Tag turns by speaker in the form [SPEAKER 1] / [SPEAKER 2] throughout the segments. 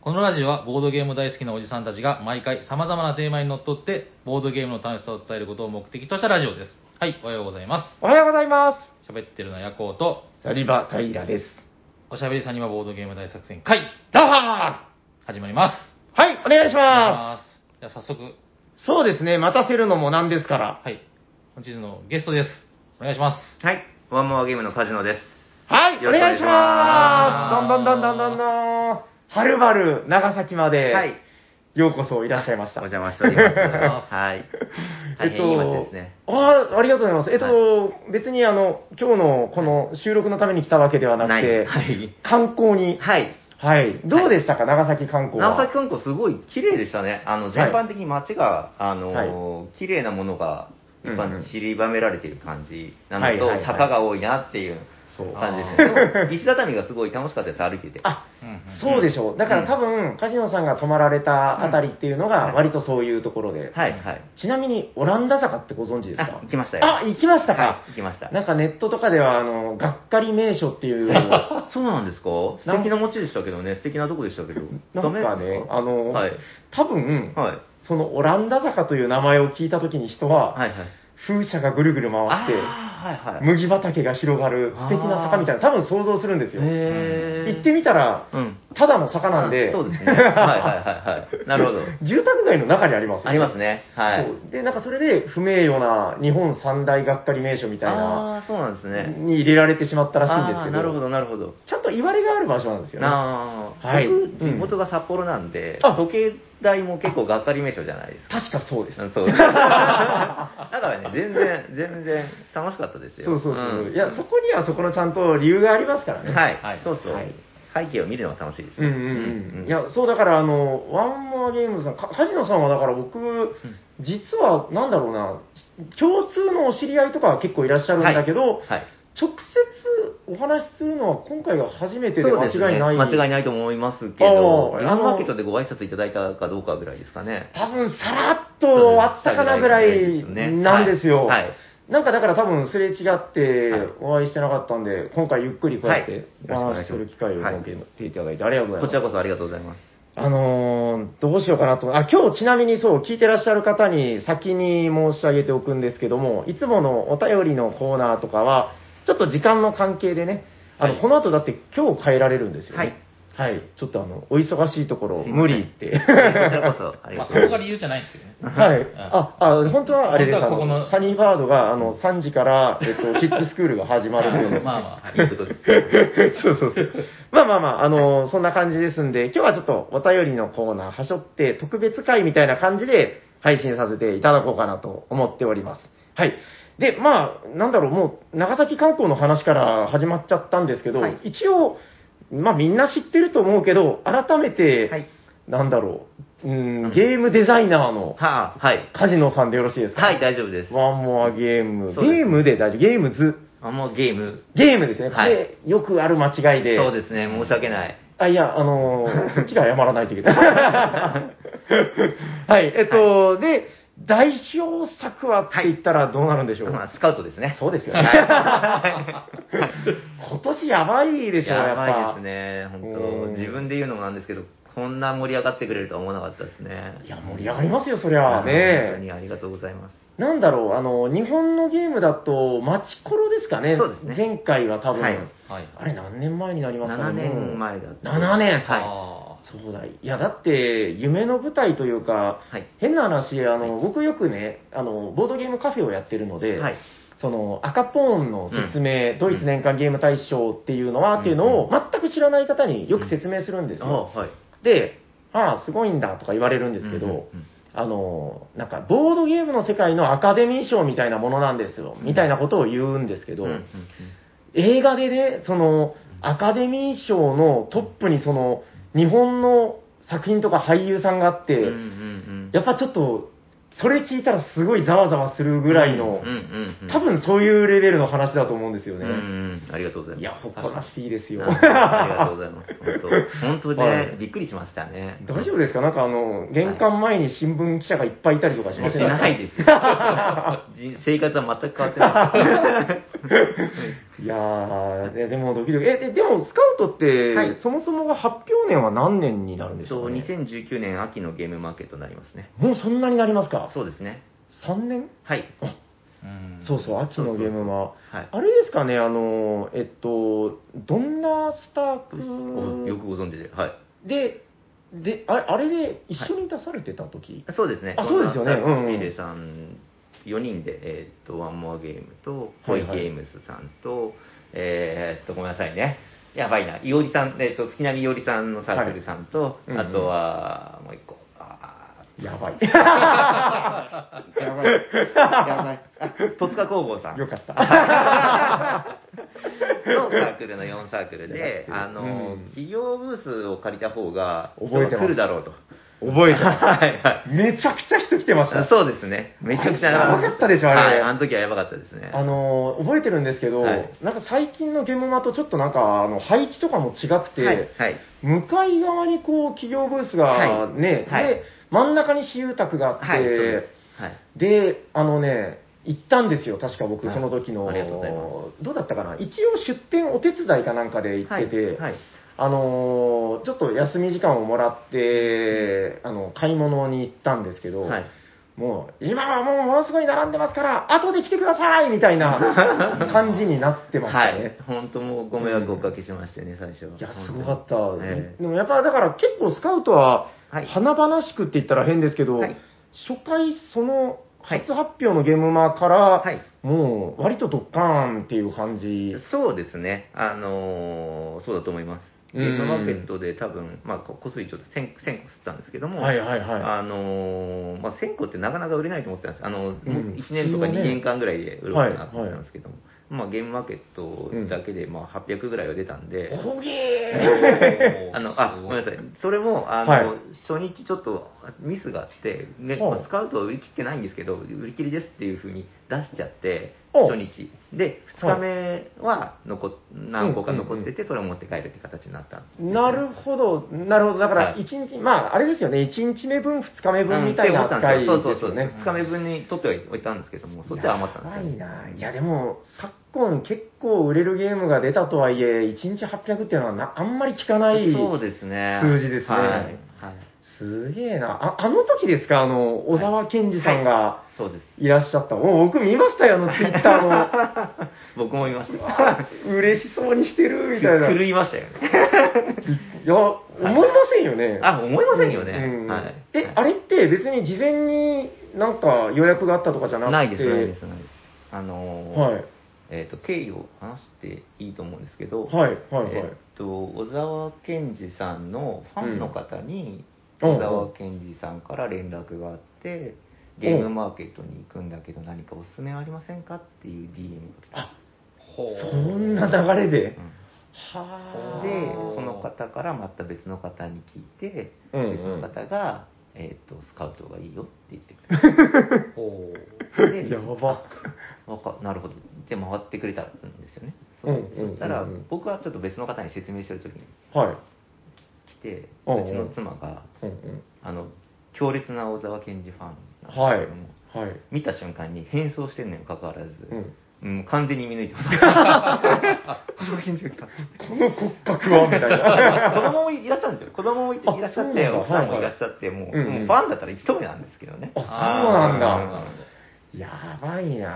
[SPEAKER 1] このラジオはボードゲーム大好きなおじさんたちが毎回様々なテーマにのっとって、ボードゲームの楽しさを伝えることを目的としたラジオです。はい、おはようございま。
[SPEAKER 2] おはようございます
[SPEAKER 1] 喋ってるのはヤコウと、
[SPEAKER 2] す。サリバ・タイラです。
[SPEAKER 1] おしゃべりさんにはボードゲーム大作戦会、
[SPEAKER 2] どうもは
[SPEAKER 1] 始まります。
[SPEAKER 2] い、お願い
[SPEAKER 1] お願いし
[SPEAKER 2] しま
[SPEAKER 1] ますじゃあ早速、
[SPEAKER 2] す。そうですね、待たせるのもなんですから。
[SPEAKER 1] はい、本日のゲストです。お願いします。
[SPEAKER 3] はい。ワンモアゲームのカジノです。
[SPEAKER 2] はい、お
[SPEAKER 3] よろ
[SPEAKER 2] 願い
[SPEAKER 3] しくお願い
[SPEAKER 2] し
[SPEAKER 3] し
[SPEAKER 2] ま。
[SPEAKER 3] ま
[SPEAKER 1] す
[SPEAKER 3] す
[SPEAKER 2] どんどんどんどんどんどん。はるばる長崎まで、
[SPEAKER 3] はい。
[SPEAKER 2] ようこそいらっしゃいまし
[SPEAKER 3] お
[SPEAKER 2] た。
[SPEAKER 3] 邪魔しており ます。はい。
[SPEAKER 2] え
[SPEAKER 3] 大
[SPEAKER 2] っ
[SPEAKER 3] 変いい街
[SPEAKER 2] と
[SPEAKER 3] ですね。、
[SPEAKER 2] あーありがとうございます。えっと、別にあの、今日のこの収録のために来たわけではなくて、
[SPEAKER 3] はい。
[SPEAKER 2] 観光に、
[SPEAKER 3] はい。
[SPEAKER 2] はい。どうでしたか、長崎観光は。
[SPEAKER 3] 長崎観光すごい綺麗でしたね。あの、全般的に街が、あのー、綺麗なものが一般に散りばめられている感じなの
[SPEAKER 2] はいはいはい
[SPEAKER 3] と、坂が多いなっていう
[SPEAKER 2] そう
[SPEAKER 3] 感じですね。でも石畳がすごい楽しかったです、歩いてて。
[SPEAKER 2] あ、
[SPEAKER 1] うんうん
[SPEAKER 2] そうでしょう。だから多分、カジノさんが泊まられたあたりっていうのが、
[SPEAKER 3] うん
[SPEAKER 2] 割とそういうところで。
[SPEAKER 3] はい、はい。
[SPEAKER 2] ちなみに、オランダ坂ってご存知です
[SPEAKER 3] あ
[SPEAKER 2] か、
[SPEAKER 3] 行きましたよ。
[SPEAKER 2] あ、行きましたか
[SPEAKER 3] はい、行きました。
[SPEAKER 2] なんかネットとかでは、あの、がっかり名所っていう、
[SPEAKER 3] あそうなんですか素敵な街でしたけどね、素敵なとこでしたけど。
[SPEAKER 2] なんか
[SPEAKER 3] ダメで
[SPEAKER 2] ね
[SPEAKER 3] す、か
[SPEAKER 2] あの、
[SPEAKER 3] はい。
[SPEAKER 2] 多分、
[SPEAKER 3] はい。
[SPEAKER 2] そのオランダ坂という名前を聞いたときに人は、
[SPEAKER 3] はいはい。
[SPEAKER 2] 風車がぐるぐる回って、
[SPEAKER 3] あーはいはい。
[SPEAKER 2] 麦畑が広がる素敵な坂みたいな、多分想像するんですよ。
[SPEAKER 3] へー
[SPEAKER 2] 行ってみたら、
[SPEAKER 3] うん。
[SPEAKER 2] ただの坂なんで、
[SPEAKER 3] そうですね。はいはいはいはい。なるほど。
[SPEAKER 2] 住宅街の中にありますよね
[SPEAKER 3] ありますね。はい。
[SPEAKER 2] そうで、なんかそれで不名誉な日本三大がっかり名所みたいな、
[SPEAKER 3] ああー、そうなんですね。
[SPEAKER 2] に入れられてしまったらしいんです
[SPEAKER 3] あ
[SPEAKER 2] けど、
[SPEAKER 3] ーなるほど、なるほど。
[SPEAKER 2] ちゃんと言われがある場所なんですよね。
[SPEAKER 3] なあ、
[SPEAKER 2] はい
[SPEAKER 3] 僕、地元が札幌なんで、
[SPEAKER 2] あ
[SPEAKER 3] 時計台も結構がっかり名所じゃないですか。
[SPEAKER 2] 確かそうです。
[SPEAKER 3] うん そう。だからね、全然、全然楽しかったですよ。
[SPEAKER 2] そうそうそう。
[SPEAKER 3] ん
[SPEAKER 2] いや、そこにはそこのちゃんと理由がありますからね。
[SPEAKER 3] はい、
[SPEAKER 1] はい
[SPEAKER 3] そうそう、
[SPEAKER 2] はい
[SPEAKER 3] 背景を見るのが楽しいです
[SPEAKER 2] うん
[SPEAKER 3] ね。
[SPEAKER 2] うん
[SPEAKER 3] う
[SPEAKER 2] うんん、いやそうだからあのワンモアゲームズさんか梶野さんはだから僕、実はなんだろうな共通のお知り合いとかは結構いらっしゃるんだけど、
[SPEAKER 3] はい。
[SPEAKER 2] 直接お話しするのは今回が初めてで
[SPEAKER 3] そう
[SPEAKER 2] 間
[SPEAKER 3] です
[SPEAKER 2] 違いない、
[SPEAKER 3] ね、間違いないと思いますけど
[SPEAKER 2] あ、ー
[SPEAKER 3] リハマーケットでご挨拶いただいたかどうかぐらいですかね。
[SPEAKER 2] 多分さらっとあったかなぐらいなんですよ、
[SPEAKER 3] はい。
[SPEAKER 2] なんかだから多分すれ違って
[SPEAKER 3] はい
[SPEAKER 2] お会いしてなかったんで今回ゆっくりこうやっ
[SPEAKER 3] はい
[SPEAKER 2] てお話しする機会を
[SPEAKER 3] はい
[SPEAKER 2] 設けていただいてありがとうござい
[SPEAKER 3] こ
[SPEAKER 2] ます
[SPEAKER 3] ちらこそありがとうございます。
[SPEAKER 2] あのーどうしようかなと思う。あ、今日ちなみにそう、聞いてらっしゃる方に先に申し上げておくんですけども、いつものお便りのコーナーとかは、ちょっと時間の関係でね、あの、
[SPEAKER 3] はい
[SPEAKER 2] この後だって今日変えられるんですよ
[SPEAKER 3] はい
[SPEAKER 2] ね。はい。ちょっとあの、お忙しいところ、
[SPEAKER 3] すいません
[SPEAKER 2] 無理って。
[SPEAKER 3] こちらこそあり
[SPEAKER 1] ま
[SPEAKER 3] が
[SPEAKER 1] あ、
[SPEAKER 3] と
[SPEAKER 1] そうこ
[SPEAKER 3] ござい
[SPEAKER 1] が
[SPEAKER 3] ま
[SPEAKER 1] 理由じゃないんですけどね。
[SPEAKER 2] はい。あ、あ、本当はあれです。あ
[SPEAKER 1] 本当はここの
[SPEAKER 2] の、サニーバードが、あの、3時から、えっと、キッズスクールが始まるというの
[SPEAKER 1] まあまあ、はい
[SPEAKER 3] す。いいことです。
[SPEAKER 2] そうそうそう。まあまあまあ、あのーそんな感じですんで、今日はちょっとお便りのコーナー、はしょって特別会みたいな感じで配信させていただこうかなと思っております。はい。で、まあ、なんだろう、もう、長崎観光の話から始まっちゃったんですけど、
[SPEAKER 3] はい
[SPEAKER 2] 一応、まあみんな知ってると思うけど、改めて、
[SPEAKER 3] はい。
[SPEAKER 2] なんだろう、うーん、ゲームデザイナーの
[SPEAKER 3] はあ、はい。
[SPEAKER 2] 梶野さんでよろしいですか
[SPEAKER 3] はい、大丈夫です。
[SPEAKER 2] ワンモアゲーム。
[SPEAKER 3] そうです
[SPEAKER 2] ゲームで大丈夫。ゲームズ。
[SPEAKER 3] あもうゲーム。
[SPEAKER 2] ゲームですね。こ
[SPEAKER 3] はい
[SPEAKER 2] れ、よくある間違いで。
[SPEAKER 3] そうですね、申し訳ない。
[SPEAKER 2] あ、いや、あの ーこっちが謝らないといけない。はい、えっと、で、代表作はって言ったらどうなるんでしょう、
[SPEAKER 3] まあ、スカウトですね。
[SPEAKER 2] そうですよね。
[SPEAKER 3] は
[SPEAKER 2] 今年やばいで
[SPEAKER 3] い
[SPEAKER 2] しょ、や
[SPEAKER 3] や
[SPEAKER 2] っぱ。
[SPEAKER 3] ばいですね、本
[SPEAKER 2] うん
[SPEAKER 3] 当自分で言うのもなんですけど、こんな盛り上がってくれるとは思わなかったですね。
[SPEAKER 2] いや、盛り上がりますよ、そりゃあね
[SPEAKER 3] 本当。にありがとうございます。
[SPEAKER 2] なんだろう、あの、日本のゲームだと、マチコロですかね。
[SPEAKER 3] そうですね
[SPEAKER 2] 前回は多分、
[SPEAKER 3] はい
[SPEAKER 1] はい。
[SPEAKER 2] あれ何年前になりますか
[SPEAKER 3] 7
[SPEAKER 2] ね。
[SPEAKER 3] 年前だった。
[SPEAKER 2] 7年
[SPEAKER 3] は
[SPEAKER 1] あ
[SPEAKER 2] そうだ。いや、だって、夢の舞台というか、
[SPEAKER 3] い。はい。
[SPEAKER 2] 変な話、あの、僕よくね、あの、ボードゲームカフェをやってるので、
[SPEAKER 3] はい。
[SPEAKER 2] その、赤ポーンの説明、
[SPEAKER 3] ん
[SPEAKER 2] ドイツ年間ゲーム大賞っていうのは、
[SPEAKER 3] うん
[SPEAKER 2] っていうのを全く知らない方によく説明するんです
[SPEAKER 3] あ
[SPEAKER 2] よ。
[SPEAKER 3] はい。
[SPEAKER 2] で、ああ、すごいんだとか言われるんですけど、
[SPEAKER 3] うんうんうん
[SPEAKER 2] あの、なんか、ボードゲームの世界のアカデミー賞みたいなものなんですよ、みたいなことを言うんですけど、
[SPEAKER 3] うんうんうん
[SPEAKER 2] 映画でね、その、アカデミー賞のトップにその、日本の作品とか俳優さんがあって、
[SPEAKER 3] うんうんうん
[SPEAKER 2] やっぱちょっと、それ聞いたらすごいざわざわするぐらいの
[SPEAKER 3] うん、うんうん
[SPEAKER 2] 多分そういうレベルの話だと思うんですよ
[SPEAKER 3] うんう
[SPEAKER 2] ね。
[SPEAKER 3] んありがとうございます
[SPEAKER 2] いや、誇らしいですよ。
[SPEAKER 3] ありがとうございます本当本当
[SPEAKER 2] は
[SPEAKER 3] ね
[SPEAKER 2] い
[SPEAKER 3] びっくりしましたね
[SPEAKER 2] 大丈夫ですかなんかあの、玄関前に新聞記者 がいっぱいいたりとかしません
[SPEAKER 3] ないですよ人生活は全く変わってない
[SPEAKER 2] いやー、ででもドキドキ。え、ででもスカウトって、
[SPEAKER 3] はい
[SPEAKER 2] そもそもが発表年は何年になるんでしょ
[SPEAKER 3] と
[SPEAKER 2] うか、ね、
[SPEAKER 3] 2019年秋のゲームマーケットになりますね。
[SPEAKER 2] もうそんなになりますか
[SPEAKER 3] そうですね。
[SPEAKER 2] ?3 年
[SPEAKER 3] はい。
[SPEAKER 2] あ
[SPEAKER 1] うん
[SPEAKER 2] そうそう、秋のゲームは。
[SPEAKER 3] はい。
[SPEAKER 2] あれですかね、あの、えっと、どんなスタ
[SPEAKER 3] およ
[SPEAKER 2] ー
[SPEAKER 3] くご存知で。はい。
[SPEAKER 2] クで、で、あれあれで一緒に出されてた時、
[SPEAKER 3] そうですね。
[SPEAKER 2] あそうですよね
[SPEAKER 3] こんな
[SPEAKER 2] うんうん
[SPEAKER 3] ミレさん4人で、えーっと、ワンモアゲームと、
[SPEAKER 2] は
[SPEAKER 3] ホ
[SPEAKER 2] い
[SPEAKER 3] イ
[SPEAKER 2] はい
[SPEAKER 3] ゲームスさんと、えーっと、ごめんなさいね。やばいな。いおりさん、えーっと、月並みいおりさんのサークルさんと、
[SPEAKER 2] はいうんうん
[SPEAKER 3] あとは、もう一個。あ
[SPEAKER 2] や ばい。
[SPEAKER 4] やばい。やばい。
[SPEAKER 3] ー戸塚工房さん
[SPEAKER 2] よかった。
[SPEAKER 3] のサークルの4サークルで、あの、
[SPEAKER 2] うん
[SPEAKER 3] 企業ブースを借りた方が、
[SPEAKER 2] 覚えてます
[SPEAKER 3] 人が来るだろうと。
[SPEAKER 2] 覚えてま
[SPEAKER 3] はいは い。
[SPEAKER 2] す。めちゃくちゃ人来てました。
[SPEAKER 3] そうですね。めちゃくちゃ
[SPEAKER 2] やばかったでしょあれ
[SPEAKER 3] はい、あの時はやばかったですね。
[SPEAKER 2] あのー覚えてるんですけど、
[SPEAKER 3] はい
[SPEAKER 2] なんか最近のゲームマとちょっとなんか、あの、配置とかも違くて、
[SPEAKER 3] はい、はい。
[SPEAKER 2] 向かい側にこう、企業ブースが
[SPEAKER 3] はい
[SPEAKER 2] ね、
[SPEAKER 3] はい
[SPEAKER 2] で、真ん中に私有宅があって、
[SPEAKER 3] はい、そうです。はい。
[SPEAKER 2] で、あのね、行ったんですよ、確か僕、
[SPEAKER 3] はい
[SPEAKER 2] その時の、
[SPEAKER 3] ありがとうございま
[SPEAKER 2] どうだったかな、一応出店お手伝いかなんかで行ってて、
[SPEAKER 3] はいはい
[SPEAKER 2] あのーちょっと休み時間をもらって、あの買い物に行ったんですけど、
[SPEAKER 3] はい
[SPEAKER 2] もう、今はもうものすごい並んでますから、後で来てくださいみたい な感じになってましたね。
[SPEAKER 3] はい、 本当もうご迷惑をおかけしましてね、最初
[SPEAKER 2] いや、すごかった。
[SPEAKER 3] ええ
[SPEAKER 2] でもやっぱだから結構スカウトは、
[SPEAKER 3] はい
[SPEAKER 2] 華々しくって言ったら変ですけど、
[SPEAKER 3] はい
[SPEAKER 2] 初回その
[SPEAKER 3] はい
[SPEAKER 2] 初発表のゲームマーから、
[SPEAKER 3] はい
[SPEAKER 2] もう割とドッカーンっていう感じ。
[SPEAKER 3] そうですね、あのーそうだと思います。
[SPEAKER 2] う
[SPEAKER 3] ゲ
[SPEAKER 2] ん
[SPEAKER 3] ームマーケットで多分、まあ、ここすいちょっと1000 1000個吸ったんですけども、
[SPEAKER 2] はいはいは
[SPEAKER 3] あのーまあ、1000個ってなかなか売れないと思ってたんです。あの、
[SPEAKER 2] ん
[SPEAKER 3] 1年とか
[SPEAKER 2] そうね
[SPEAKER 3] 2年間ぐらいで売ろうかなと思ってたんですけども、まあ、ゲームマーケットだけで、まあ、800ぐらいは出たんで、
[SPEAKER 2] い。こげ
[SPEAKER 3] あの、あ、ごめんなさい。それも、あの、
[SPEAKER 2] はい
[SPEAKER 3] 初日ちょっとミスがあって、ね
[SPEAKER 2] ほう
[SPEAKER 3] まあスカウトは売り切ってないんですけど、売り切りですっていうふうに出しちゃって、
[SPEAKER 2] ほう
[SPEAKER 3] 初日。で、2日目は残っ、何個か残ってて、それを持って帰るって形になったんです
[SPEAKER 2] ー
[SPEAKER 3] ね、
[SPEAKER 2] なるほど、なるほど。だから
[SPEAKER 3] はい
[SPEAKER 2] 一日、まああれですよね、1日目分、2日目分みたいな
[SPEAKER 3] うん
[SPEAKER 2] 扱いです
[SPEAKER 3] そうそうそう
[SPEAKER 2] よね。
[SPEAKER 3] 2日目分に取っておいたんですけども、そっちは余ったんですよ。
[SPEAKER 2] やばいないや、でも、昨今結構売れるゲームが出たとはいえ、1日800っていうのはなあんまり聞かない。
[SPEAKER 3] そうですね。
[SPEAKER 2] 数字ですね
[SPEAKER 3] はい。はい
[SPEAKER 2] すげえな。あ、あの時ですかあの、小沢健二さんが
[SPEAKER 3] そうです。
[SPEAKER 2] いらっしゃった。お僕見ましたよ、あの、ツイッタ ー
[SPEAKER 3] 僕もいました。
[SPEAKER 2] の。嬉しそうにしてる、みたいな。い
[SPEAKER 3] 狂いましたよね。
[SPEAKER 2] や、思いませんよね。
[SPEAKER 3] あ、思いませんよね。
[SPEAKER 2] うん
[SPEAKER 3] はい。
[SPEAKER 2] え、あれって別に事前になんか予約があったとかじゃなくて。
[SPEAKER 3] ないです、ないです、ないです。あのー
[SPEAKER 2] はい。
[SPEAKER 3] えっ、と、経緯を話していいと思うんですけど、
[SPEAKER 2] はい、はい、
[SPEAKER 3] え
[SPEAKER 2] はい
[SPEAKER 3] っ、。と、小沢健二さんのファンの方に、
[SPEAKER 2] うん
[SPEAKER 3] 小沢健二さんから連絡があって、ゲームマーケットに行くんだけど何かおすすめありませんかっていう DM が来た。
[SPEAKER 2] そんな流れで。はあ。
[SPEAKER 3] で、その方からまた別の方に聞いて、
[SPEAKER 2] うんうん
[SPEAKER 3] 別の方が、えっ、と、スカウトがいいよって言ってくれた。
[SPEAKER 1] ほ
[SPEAKER 3] で
[SPEAKER 2] やば。
[SPEAKER 3] わかなるほどで回ってくれたんですよね、
[SPEAKER 2] うん
[SPEAKER 3] そ
[SPEAKER 2] うん
[SPEAKER 3] そしたら、
[SPEAKER 2] うんうん
[SPEAKER 3] 僕はちょっと別の方に説明してる時に
[SPEAKER 2] はい。
[SPEAKER 3] 来て、
[SPEAKER 2] う
[SPEAKER 3] う
[SPEAKER 2] んうん
[SPEAKER 3] ちの妻が
[SPEAKER 2] うんうん
[SPEAKER 3] あの強烈な小沢健二ファン
[SPEAKER 2] は
[SPEAKER 3] ないんですけども、。
[SPEAKER 2] はい。
[SPEAKER 3] 見た瞬間に変装してんのにもかかわらず、
[SPEAKER 2] うん
[SPEAKER 3] うん完全に見抜いてました小沢健二が来た
[SPEAKER 2] この骨格はみたいな。
[SPEAKER 3] 子 供もいらっしゃるんですよ子供もいていらっしゃって
[SPEAKER 2] あそうなんだ
[SPEAKER 3] 奥さんもいらっしゃって、もう,、
[SPEAKER 2] うんうん
[SPEAKER 3] もうファンだったら一目なんですけどね
[SPEAKER 2] あ、そう
[SPEAKER 1] う
[SPEAKER 2] なん
[SPEAKER 1] なるほどなる。
[SPEAKER 2] だ
[SPEAKER 1] ほど
[SPEAKER 2] やばいな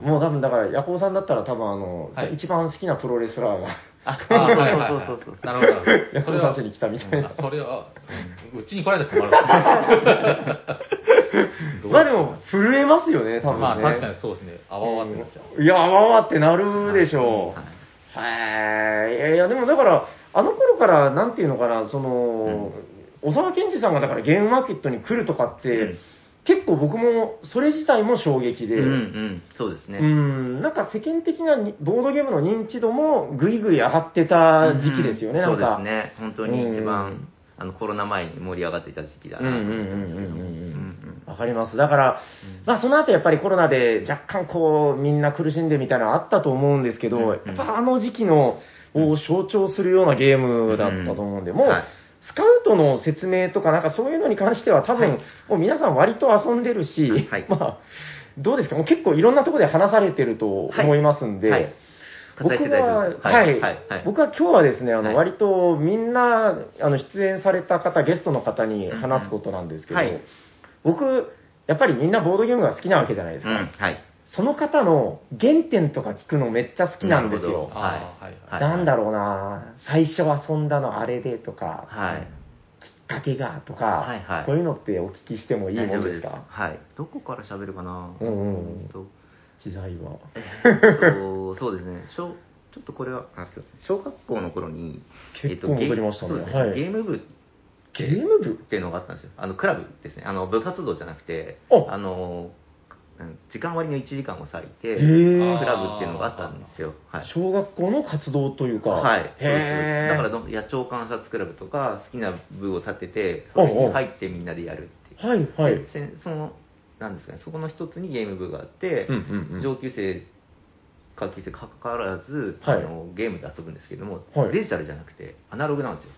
[SPEAKER 2] ぁもう多分だから、ヤコウさんだったら多分あの、
[SPEAKER 1] はい
[SPEAKER 2] 一番好きなプロレスラーが、
[SPEAKER 3] あ
[SPEAKER 1] あはいはいはい
[SPEAKER 3] そうそうそうそう
[SPEAKER 1] なるほどなるほど。
[SPEAKER 2] ヤコウさん家に来たみたい
[SPEAKER 1] あ
[SPEAKER 2] な。
[SPEAKER 1] それは、うんうちに来られたら困る。
[SPEAKER 2] まあでも、震えますよね、多分ね。
[SPEAKER 1] まあ確かにそうですね。あわわってなっちゃう。
[SPEAKER 2] いや、わわってなるでしょ。
[SPEAKER 3] はい
[SPEAKER 2] は
[SPEAKER 3] う
[SPEAKER 2] い。いやいや、でもだから、あの頃から、なんていうのかな、その、小沢健二さんがだからゲームマーケットに来るとかって、
[SPEAKER 3] うん
[SPEAKER 2] 結構僕も、それ自体も衝撃で、
[SPEAKER 3] うんうんそうですね、
[SPEAKER 2] うん、なんか世間的なにボードゲームの認知度もぐいぐい上がってた時期ですよね、
[SPEAKER 3] うん
[SPEAKER 2] な
[SPEAKER 3] そ
[SPEAKER 2] ん
[SPEAKER 3] うで
[SPEAKER 2] か。
[SPEAKER 3] すね。本当に一番、
[SPEAKER 2] うん
[SPEAKER 3] あのコロナ前に盛り上がっていた時期だ
[SPEAKER 2] うんう
[SPEAKER 3] な。
[SPEAKER 2] ん
[SPEAKER 3] と
[SPEAKER 2] うん
[SPEAKER 3] 思ってますけ
[SPEAKER 2] う
[SPEAKER 3] ど
[SPEAKER 2] ん
[SPEAKER 3] も
[SPEAKER 2] うんうん
[SPEAKER 3] ん
[SPEAKER 2] わかります。だから、まあその後やっぱりコロナで若干こうみんな苦しんでみたいなのあったと思うんですけど、
[SPEAKER 3] うんうん
[SPEAKER 2] やっぱあの時期のを象徴するようなゲームだったと思うんで、もう、
[SPEAKER 3] はい
[SPEAKER 2] スカウトの説明とかなんかそういうのに関しては多分、もう皆さん割と遊んでるし、
[SPEAKER 3] はい
[SPEAKER 2] まあ、どうですかもう結構いろんなところで話されてると思いますんで、
[SPEAKER 3] はいはい
[SPEAKER 2] 僕
[SPEAKER 3] 割愛して大丈夫です
[SPEAKER 2] は、
[SPEAKER 3] は
[SPEAKER 2] はいい
[SPEAKER 3] はいはい
[SPEAKER 2] 僕は今日はですね、あ
[SPEAKER 3] はい
[SPEAKER 2] の割とみんな、あの出演された方、ゲストの方に話すことなんですけど、
[SPEAKER 3] うんうんはい
[SPEAKER 2] 僕、やっぱりみんなボードゲームが好きなわけじゃないです
[SPEAKER 3] う
[SPEAKER 2] か。
[SPEAKER 3] ん、はい。
[SPEAKER 2] その方の原点とか聞くのめっちゃ好きなんです
[SPEAKER 3] なるほ
[SPEAKER 2] よ
[SPEAKER 3] ど。
[SPEAKER 1] あーはい
[SPEAKER 3] はい
[SPEAKER 2] なんだろうな最初遊んだのあれでとか、
[SPEAKER 3] はい。
[SPEAKER 2] きっかけがとか、
[SPEAKER 3] はいはい
[SPEAKER 2] そういうのってお聞きしてもいい
[SPEAKER 3] 大
[SPEAKER 2] も
[SPEAKER 3] 丈
[SPEAKER 2] ん
[SPEAKER 3] 夫
[SPEAKER 2] で
[SPEAKER 3] ですす。
[SPEAKER 2] か
[SPEAKER 3] はい。どこから喋るかな
[SPEAKER 2] うんうん
[SPEAKER 3] と
[SPEAKER 2] 時代は。
[SPEAKER 3] えーっとそうですね、小ちょっとこれは、あすいません小学校の頃に、
[SPEAKER 2] 結構
[SPEAKER 3] えーっとゲー
[SPEAKER 2] 戻りましたね
[SPEAKER 3] そうです
[SPEAKER 2] はい
[SPEAKER 3] ゲーム部っ
[SPEAKER 2] ゲーム部
[SPEAKER 3] ていうのがあったんですよ。あの、クラブですね。あの、部活動じゃなくて、
[SPEAKER 2] あ
[SPEAKER 3] あの、うん時間割の1時間を割いて、
[SPEAKER 2] へ
[SPEAKER 3] クラブ
[SPEAKER 2] ー
[SPEAKER 3] っていうのがあったんですよ。はい。
[SPEAKER 2] 小学校の活動というか。
[SPEAKER 3] はい、そうですそうで
[SPEAKER 2] へ
[SPEAKER 3] す
[SPEAKER 2] ー
[SPEAKER 3] だからど野鳥観察クラブとか好きな部を立ててそれに入ってみんなでやるっていう
[SPEAKER 2] はいはい。
[SPEAKER 3] でせんそのなんですかねそこの一つにゲーム部があって、
[SPEAKER 2] ん
[SPEAKER 3] 上級生下級生かかわらず、
[SPEAKER 2] はい
[SPEAKER 3] あのゲームで遊ぶんですけども、
[SPEAKER 2] はい
[SPEAKER 3] デジタルじゃなくてアナログなんですよ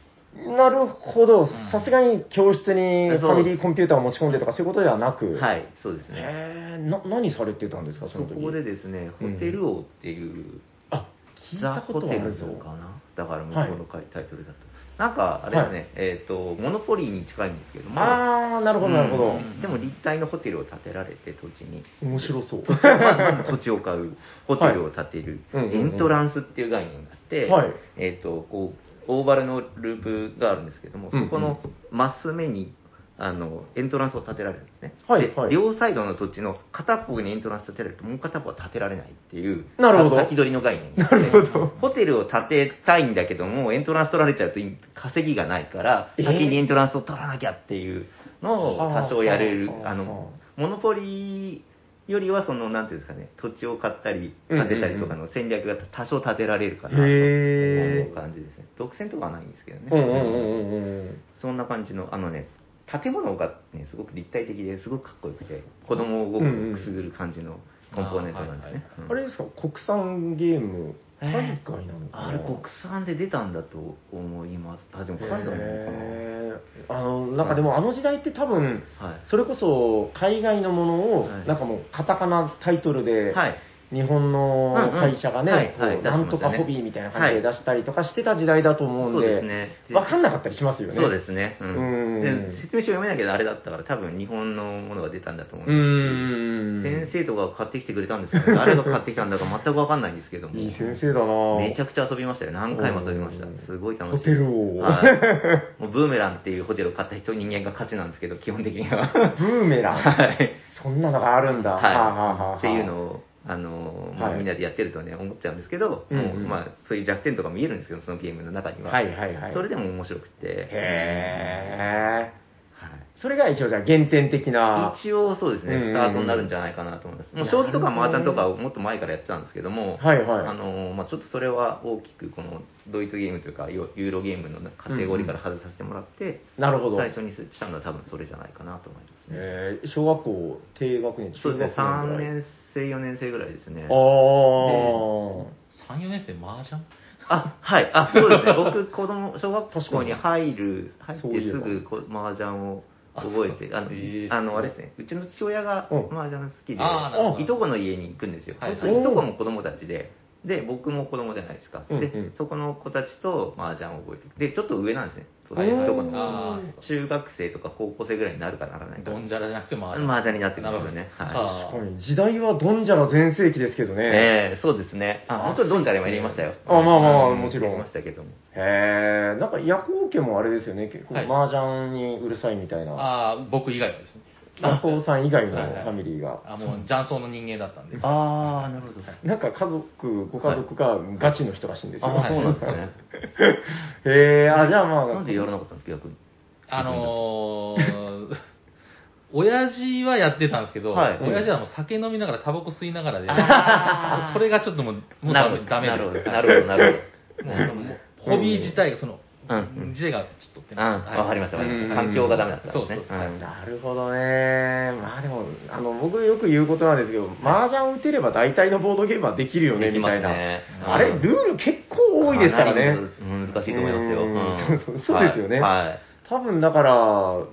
[SPEAKER 2] なるほど
[SPEAKER 1] ん、
[SPEAKER 2] さすがに教室にフ
[SPEAKER 3] そう
[SPEAKER 2] ァミリーコンピューターを持ち込んでとかそういうことではなく、
[SPEAKER 3] はいそうですね
[SPEAKER 2] へーな何されてたんですか、そ
[SPEAKER 3] そ
[SPEAKER 2] の時
[SPEAKER 3] こでですねホ
[SPEAKER 2] うん
[SPEAKER 3] テル王っていう、
[SPEAKER 2] あ聞い
[SPEAKER 3] ザ・
[SPEAKER 2] た
[SPEAKER 3] ホ
[SPEAKER 2] ことあ
[SPEAKER 3] テ
[SPEAKER 2] る
[SPEAKER 3] ル
[SPEAKER 2] ぞ
[SPEAKER 3] ズ、かなだから向こうのタイタイトルだと、なんかあれですね、
[SPEAKER 2] は
[SPEAKER 3] えっ、とモノポリーに近いんですけども
[SPEAKER 2] あー、なるほど、なるほど、
[SPEAKER 3] うんでも立体のホテルを建てられて土地に
[SPEAKER 2] 面白そう、
[SPEAKER 3] 土地をまあまず土地を買うホテルを建てる、
[SPEAKER 2] はいうんうんうん
[SPEAKER 3] エントランスっていう概念があって、
[SPEAKER 2] はい
[SPEAKER 3] えっとこうオーバルのループがあるんですけども、
[SPEAKER 2] うんうん
[SPEAKER 3] そこのマス目にあのエントランスを建てられるんですね、
[SPEAKER 2] はい
[SPEAKER 3] で
[SPEAKER 2] はい
[SPEAKER 3] 両サイドの土地の片っぽにエントランス建てられるともう片っぽは建てられないっていう
[SPEAKER 2] なるほど
[SPEAKER 3] 先取りの概念なるほどホテルを建てたいんだけどもエントランス取られちゃうと稼ぎがないから
[SPEAKER 2] えー
[SPEAKER 3] 先にエントランスを取らなきゃっていうのを多少やれる
[SPEAKER 2] あー
[SPEAKER 3] あのモノポリーよりはそのなんていうんですかね土地を買ったり
[SPEAKER 2] うんうんうん
[SPEAKER 3] 建てたりとかの戦略が多少立てられるかなと
[SPEAKER 2] へー
[SPEAKER 3] 思う感じですね独占とかはないんですけどね、
[SPEAKER 2] うんうんうんうんうん、
[SPEAKER 3] そんな感じのあのね建物がねすごく立体的ですごくかっこよくて子供を動くくすぐる感じのコンポーネントなんですね、
[SPEAKER 1] う
[SPEAKER 2] あれですか、国産ゲーム、
[SPEAKER 3] え
[SPEAKER 2] 海
[SPEAKER 3] ー
[SPEAKER 2] 外なのかな、
[SPEAKER 3] あれ国産で出たんだと思いますあでも海外なのか
[SPEAKER 2] へーあのなんかでも、あの時代って多分
[SPEAKER 3] なはい
[SPEAKER 2] それこそ海外のものを、
[SPEAKER 3] はい
[SPEAKER 2] なんかもうカタカナタイトルで、
[SPEAKER 3] はい
[SPEAKER 2] 日本の会社がね、
[SPEAKER 3] うんうんはい
[SPEAKER 2] こう
[SPEAKER 3] はい
[SPEAKER 2] なんとかホビーみたいな感じで出したりとかしてた時代だと思うん
[SPEAKER 3] そう
[SPEAKER 2] で、
[SPEAKER 3] ですね
[SPEAKER 2] 分かんなかったりしますよね。
[SPEAKER 3] そうですね、うん
[SPEAKER 2] うん
[SPEAKER 3] で説明書読めなきゃあれだったから多分日本のものが出たんだと思
[SPEAKER 2] う
[SPEAKER 3] うんです
[SPEAKER 2] ん。
[SPEAKER 3] 先生とかが買ってきてくれたんですけど誰が買ってきたんだか全く分かんないんですけども
[SPEAKER 2] いい先生だな
[SPEAKER 3] めちゃくちゃ遊びましたよ何回も遊びました
[SPEAKER 2] うん
[SPEAKER 3] すごい楽しい
[SPEAKER 2] ホテル王
[SPEAKER 3] はいもうブーメランっていうホテルを買った人人間が勝ちなんですけど 基本的には
[SPEAKER 2] ブーメラン。
[SPEAKER 3] はい
[SPEAKER 2] そんなのがあるんだ。はあはあは
[SPEAKER 3] は
[SPEAKER 2] あ
[SPEAKER 3] い、っていうのを、あのーまあ
[SPEAKER 2] はい
[SPEAKER 3] みんなでやってるとね、思っちゃうんですけど、
[SPEAKER 2] うんうん
[SPEAKER 3] もうまあ、そういう弱点とか見えるんですけど、そのゲームの中には。
[SPEAKER 2] はいはいはい。
[SPEAKER 3] それでも面白くて。
[SPEAKER 2] へえ。
[SPEAKER 3] はい
[SPEAKER 2] それが一応じゃあ原点的な。
[SPEAKER 3] 一応そうです
[SPEAKER 2] うんうんうん
[SPEAKER 3] ね、スタートになるんじゃないかなと思います。もう将棋とか麻雀とかをもっと前からやってたんですけども、
[SPEAKER 2] はいはい。
[SPEAKER 3] あのーまあ、ちょっとそれは大きくこのドイツゲームというかヨユーロゲームのカテゴリーから外させてもらって、
[SPEAKER 2] なるほど。
[SPEAKER 3] 最初にしたのは多分それじゃないかなと思いますね。
[SPEAKER 2] えー小学校低学年、中
[SPEAKER 3] そう
[SPEAKER 2] 学年
[SPEAKER 3] ですね、3
[SPEAKER 2] ぐらい。
[SPEAKER 3] 年生、4年生ぐらいですね。
[SPEAKER 2] ああ。
[SPEAKER 1] 3、4年生麻雀
[SPEAKER 3] あ、はい。あ、そうですね。僕、子供、小学校に
[SPEAKER 2] 確
[SPEAKER 3] 入る、入っ
[SPEAKER 2] そ
[SPEAKER 3] て
[SPEAKER 2] ういえ
[SPEAKER 3] す
[SPEAKER 2] ば
[SPEAKER 3] ぐこ麻雀を覚えて、あの、
[SPEAKER 1] えー
[SPEAKER 3] あのあれですね、うちの父親が
[SPEAKER 2] うん
[SPEAKER 3] 麻雀好きで、
[SPEAKER 1] あーなるほど
[SPEAKER 3] いとこの家に行くんですよ。
[SPEAKER 1] はい
[SPEAKER 3] そうするといとこも子供たちで、で、僕も子供じゃないですか。
[SPEAKER 2] うんう
[SPEAKER 3] で
[SPEAKER 2] ん、
[SPEAKER 3] そこの子たちと麻雀を覚えてで、ちょっと上なんですね。
[SPEAKER 2] はい
[SPEAKER 3] いとこの。
[SPEAKER 1] あ
[SPEAKER 3] 中学生とか高校生ぐらいになるかならない
[SPEAKER 1] あ、
[SPEAKER 3] か。
[SPEAKER 1] ドンジャラじゃなくて麻雀。
[SPEAKER 3] 麻雀になってくるんですよね。
[SPEAKER 1] なるほど
[SPEAKER 3] はい。
[SPEAKER 2] 確かに時代はドンジャラ全盛期ですけどね。
[SPEAKER 3] ええそうですね。あ、本当にドンジャレもやりましたよ。
[SPEAKER 2] あまあまあ
[SPEAKER 3] うん
[SPEAKER 2] もちろん
[SPEAKER 3] やりましたけども。
[SPEAKER 2] へえ、なんか夜行家もあれですよね、結構
[SPEAKER 1] はい
[SPEAKER 2] 麻雀にうるさいみたいな。
[SPEAKER 1] ああ、僕以外はですね。
[SPEAKER 2] 夜行さん以外のフ
[SPEAKER 1] はいはい
[SPEAKER 2] ァミリーが。
[SPEAKER 1] あもう雀荘の人間だったんで。
[SPEAKER 3] ああ、なるほど。
[SPEAKER 2] なんか家族、ご家族がガチの人らしいんですよ。
[SPEAKER 3] ああ、そうなんですね。
[SPEAKER 2] へえ、あ、じゃあまあ。
[SPEAKER 3] なんでやらなかったんですか、逆に。
[SPEAKER 1] あの ー、親父はやってたんですけど、
[SPEAKER 3] はい
[SPEAKER 1] 親父はもう酒飲みながらタバコ吸いながらで、
[SPEAKER 3] あー
[SPEAKER 1] それがちょっともう、もうダメダメ
[SPEAKER 3] な
[SPEAKER 1] で
[SPEAKER 3] るほど、なるほど、なる
[SPEAKER 1] もうそのホビー自体が、その、
[SPEAKER 3] うんうん
[SPEAKER 1] 自体がちょっとって
[SPEAKER 3] ほど。あ
[SPEAKER 1] はい
[SPEAKER 3] わかりました、わかりまし
[SPEAKER 2] うん
[SPEAKER 3] た。環境がダメだったんですね。
[SPEAKER 1] そうそうそうん
[SPEAKER 2] なるほどね。まあでも、あの、僕よく言うことなんですけど、麻雀打てれば大体のボードゲームはできるよね、
[SPEAKER 3] でき
[SPEAKER 2] み
[SPEAKER 3] ま
[SPEAKER 2] た
[SPEAKER 3] す
[SPEAKER 2] い
[SPEAKER 3] ね
[SPEAKER 2] な。
[SPEAKER 3] うん
[SPEAKER 2] あれ、ルール結構多いですからね。
[SPEAKER 3] かなり難しいと思いますよ。
[SPEAKER 2] うん
[SPEAKER 3] ん
[SPEAKER 2] そうそうそうですよね
[SPEAKER 3] はい。はい
[SPEAKER 2] 多分だから、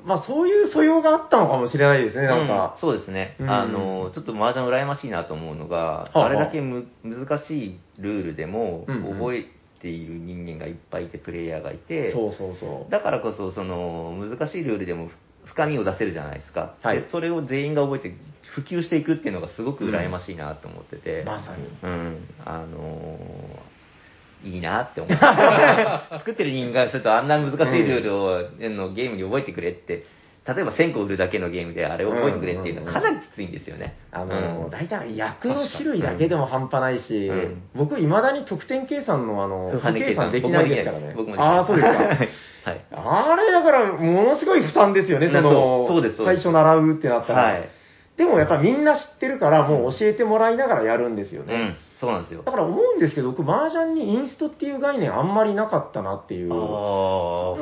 [SPEAKER 2] まあそういう素養があったのかもしれないですね、なんか
[SPEAKER 3] うん。そうですね、
[SPEAKER 2] うん
[SPEAKER 3] あのちょっと麻雀羨ましいなと思うのが
[SPEAKER 2] は、あはあ
[SPEAKER 3] あれだけむ難しいルールでも
[SPEAKER 2] うんうん
[SPEAKER 3] 覚えている人間がいっぱいいてプレイヤーがいて、
[SPEAKER 2] そうそうそう。
[SPEAKER 3] だからこそその難しいルールでも深みを出せるじゃないですか、
[SPEAKER 2] はい
[SPEAKER 3] でそれを全員が覚えて普及していくっていうのがすごく羨ましいなと思ってて、
[SPEAKER 2] まさに。
[SPEAKER 3] うん、あのーいいなって 思って。作ってる人間からするとあんな難しいルールを、あのゲームに覚えてくれって、例えば1000個売るだけのゲームであれを覚えてくれっていうのはかなりきついんですよね。
[SPEAKER 2] あの、
[SPEAKER 3] うん
[SPEAKER 2] 大体役の種類だけでも半端ないし、
[SPEAKER 3] うん
[SPEAKER 2] 僕、いまだに得点計算の、あの、
[SPEAKER 3] 跳ね
[SPEAKER 2] 計
[SPEAKER 3] 計算
[SPEAKER 2] 算できないですからね。
[SPEAKER 3] 僕もできない
[SPEAKER 2] ああ、そうです
[SPEAKER 3] は
[SPEAKER 2] か。
[SPEAKER 3] い はい。
[SPEAKER 2] あれ、だから、ものすごい負担ですよね、その、
[SPEAKER 3] そうそうですそう
[SPEAKER 2] 最
[SPEAKER 3] です
[SPEAKER 2] 初習うってなったら。
[SPEAKER 3] はい
[SPEAKER 2] でも、やっぱみんな知ってるから、もう教えてもらいながらやるんですよ
[SPEAKER 3] う
[SPEAKER 2] ね。
[SPEAKER 3] ん、そうなんですよ。
[SPEAKER 2] だから思うんですけど、僕、麻雀にインストっていう概念あんまりなかったなっていう。
[SPEAKER 3] ああ、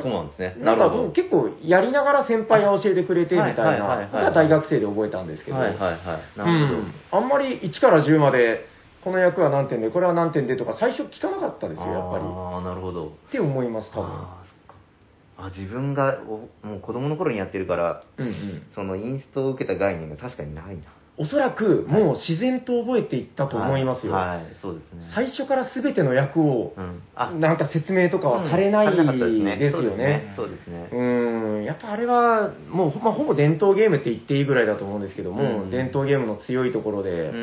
[SPEAKER 3] そうなんですね。
[SPEAKER 2] な
[SPEAKER 3] なんる
[SPEAKER 2] か
[SPEAKER 3] ほ
[SPEAKER 2] もう
[SPEAKER 3] ど。
[SPEAKER 2] 結構やりながら先輩が教えてくれてみたい
[SPEAKER 3] はいはいはいは
[SPEAKER 2] な、
[SPEAKER 3] い
[SPEAKER 2] 僕は大学生で覚えたんですけど、
[SPEAKER 3] はいはいはい。
[SPEAKER 2] う
[SPEAKER 3] なるほど。
[SPEAKER 2] ん、あんまり1から10まで、この役は何点で、これは何点でとか、最初聞かなかったですよ、やっぱり。っ
[SPEAKER 3] ああ、なるほど。
[SPEAKER 2] て思います、多分。
[SPEAKER 3] あーそっかあ自分がおもう子供の頃にやってるから、
[SPEAKER 2] うんうん、
[SPEAKER 3] そのインストを受けた概念が確かにないな。
[SPEAKER 2] おそらく、もう自然と覚えていったと思いますよ。
[SPEAKER 3] はい、はいそうですね。
[SPEAKER 2] 最初から全ての役を、
[SPEAKER 3] うん、あ、
[SPEAKER 2] なんか説明とかはされない
[SPEAKER 3] うん
[SPEAKER 2] です
[SPEAKER 3] されなかった
[SPEAKER 2] よ
[SPEAKER 3] そう
[SPEAKER 2] ね。
[SPEAKER 3] そうですね。
[SPEAKER 2] うんやっぱあれは、もうほ,、まあほぼ伝統ゲームって言っていいぐらいだと思うんですけども、
[SPEAKER 3] うん
[SPEAKER 2] 伝統ゲームの強いところで、
[SPEAKER 3] うん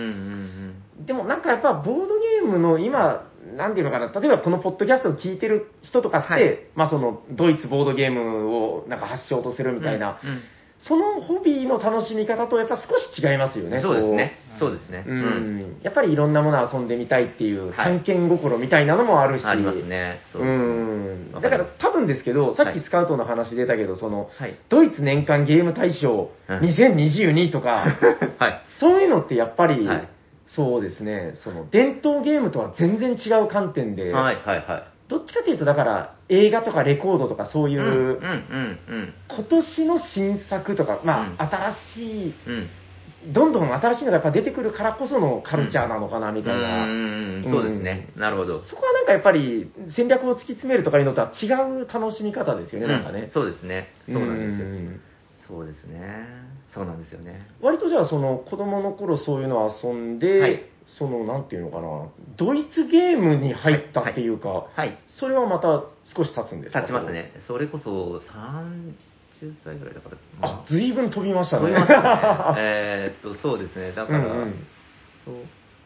[SPEAKER 3] うん
[SPEAKER 2] でもなんかやっぱボードゲームの今、なんていうのかな、例えばこのポッドキャストを聞いてる人とかって、
[SPEAKER 3] はい
[SPEAKER 2] まあそのドイツボードゲームをなんか発祥とする
[SPEAKER 3] うん。
[SPEAKER 2] みたいな、
[SPEAKER 3] うんうん
[SPEAKER 2] そのホビーの楽しみ方とやっぱ少し違いますよね、
[SPEAKER 3] そうですね
[SPEAKER 1] こ。う
[SPEAKER 3] そうですね。
[SPEAKER 2] こう。うん、やっぱりいろんなものを遊んでみたいっていう探検心みたいなのもあるし、
[SPEAKER 3] ありますね。そううですね
[SPEAKER 2] ん、だ
[SPEAKER 3] わ
[SPEAKER 2] か
[SPEAKER 3] かり
[SPEAKER 2] ら
[SPEAKER 3] ます
[SPEAKER 2] 多分ですけど、さっ
[SPEAKER 3] は
[SPEAKER 2] き
[SPEAKER 3] い
[SPEAKER 2] スカウトの話出たけど、その、
[SPEAKER 3] はい。
[SPEAKER 2] ドイツ年間ゲーム大賞
[SPEAKER 3] うん
[SPEAKER 2] 2022とか、
[SPEAKER 3] はい。
[SPEAKER 2] そういうのってやっぱり、
[SPEAKER 3] はい
[SPEAKER 2] そうですね、その伝統ゲームとは全然違う観点で、
[SPEAKER 3] はいはいは
[SPEAKER 2] どっちかというとだから映画とかレコードとかそう
[SPEAKER 3] い。
[SPEAKER 2] いう、
[SPEAKER 3] うんうんうん
[SPEAKER 2] 今年の新作とか、まあ、
[SPEAKER 3] うん
[SPEAKER 2] 新しい、
[SPEAKER 3] うん。
[SPEAKER 2] どんどん新しいのがやっぱ出てくるからこそのカルチャーなのかなみ
[SPEAKER 3] う
[SPEAKER 2] たいな。
[SPEAKER 3] んうんそうですね。なるほど。
[SPEAKER 2] そこはなんかやっぱり戦略を突き詰めるとかいうのとは違う楽しみ方ですよね、なんか
[SPEAKER 3] う
[SPEAKER 2] ね。
[SPEAKER 3] そうですね。そうなんですよ。
[SPEAKER 2] ん
[SPEAKER 3] そうですね。そうなんですよね。
[SPEAKER 2] 割とじゃあその子供の頃そういうのを遊んで、
[SPEAKER 3] はい
[SPEAKER 2] そのなんていうのかなドイツゲームに入ったっていうか、
[SPEAKER 3] はい。
[SPEAKER 2] それはまた少し経つんですか
[SPEAKER 3] 経ちますね。それこそ30歳ぐらいだから。
[SPEAKER 2] あ随分飛びましたね
[SPEAKER 3] 飛びま したね。えーっと、そうですね。だ
[SPEAKER 2] う
[SPEAKER 3] か
[SPEAKER 2] ん
[SPEAKER 3] ら、
[SPEAKER 2] うん
[SPEAKER 3] そう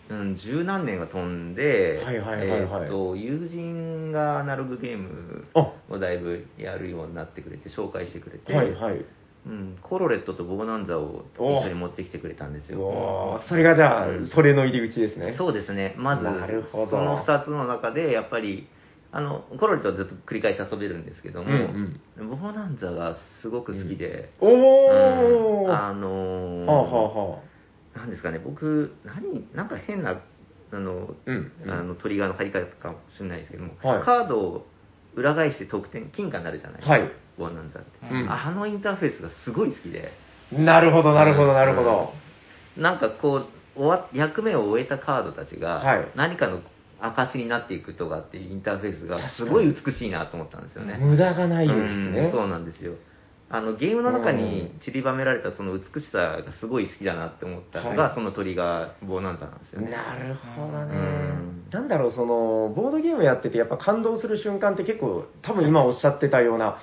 [SPEAKER 3] うん、十何年が飛んで、
[SPEAKER 2] はいはいはいはい
[SPEAKER 3] えーっと、友人がアナログゲーム
[SPEAKER 2] あ
[SPEAKER 3] をだいぶやるようになってくれて、紹介してくれて、
[SPEAKER 2] はいはい
[SPEAKER 3] うん、コロレットとボーナンザを一緒に持ってきてくれたんです
[SPEAKER 2] う
[SPEAKER 3] よ。
[SPEAKER 2] わーそれがじゃあ、
[SPEAKER 3] うん
[SPEAKER 2] それの入り口ですね
[SPEAKER 3] そうですね、まず、
[SPEAKER 2] なるほど
[SPEAKER 3] その2つの中で、やっぱり、あのコロレットはずっと繰り返し遊べるんですけども、
[SPEAKER 2] うん
[SPEAKER 3] ボーナンザがすごく好きで、
[SPEAKER 2] うん、おお、
[SPEAKER 3] うん
[SPEAKER 2] は
[SPEAKER 3] あのー
[SPEAKER 2] あはあはあ
[SPEAKER 3] なんですかね、僕、何、なんか変な、あの、
[SPEAKER 2] うんうん
[SPEAKER 3] あのトリガーの張り替えかもしれないですけども、
[SPEAKER 2] はい
[SPEAKER 3] カードを裏返して得点、金貨になるじゃないですか、
[SPEAKER 2] はい
[SPEAKER 3] ボーナンザって、
[SPEAKER 2] うん
[SPEAKER 3] あのインターフェースがすごい好きで、
[SPEAKER 2] なるほどなるほどなるほど、
[SPEAKER 3] なんかこう、終わ役目を終えたカードたち
[SPEAKER 2] は
[SPEAKER 3] が
[SPEAKER 2] い、
[SPEAKER 3] 何かの証になっていくとかっていうインターフェースが、すごい美しいなと思ったんですよね。
[SPEAKER 2] 無駄がないですね、
[SPEAKER 3] うんそうなんですよあのゲームの中に
[SPEAKER 2] うん
[SPEAKER 3] 散りばめられたその美しさがすごい好きだなって思ったのが、
[SPEAKER 2] はい
[SPEAKER 3] その鳥がボーナンザなんですよね
[SPEAKER 2] なるほどね
[SPEAKER 3] うん。
[SPEAKER 2] なんだろう、その、ボードゲームやってて、やっぱ感動する瞬間って結構、多分今おっしゃってたような、
[SPEAKER 3] はい、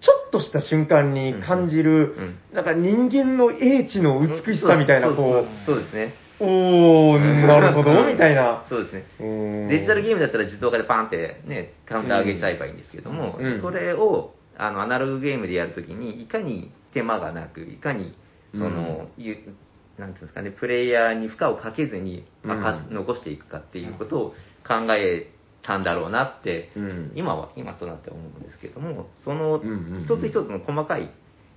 [SPEAKER 2] ちょっとした瞬間に感じる、
[SPEAKER 3] うん、
[SPEAKER 2] なんか人間の英知の美しさみたいな、
[SPEAKER 3] そう
[SPEAKER 2] こ
[SPEAKER 3] そうそうですね
[SPEAKER 2] う、おー、なるほど、みたいな。
[SPEAKER 3] そうですね
[SPEAKER 2] デ
[SPEAKER 3] デジタルゲームだったら自動化でパンってねカウンター上げちゃえばいいんですけども、
[SPEAKER 2] うん
[SPEAKER 3] それをあのアナログゲームでやるときにいかに手間がなくいかにその、ゆなんていうんですかねプレイヤーに負荷をかけずに、まあか
[SPEAKER 2] うん
[SPEAKER 3] 残していくかっていうことを考えたんだろうなって
[SPEAKER 2] うん
[SPEAKER 3] 今は今となっては思うんですけどもそ
[SPEAKER 2] う
[SPEAKER 3] の
[SPEAKER 2] んうんうん
[SPEAKER 3] 一つ一つの細かい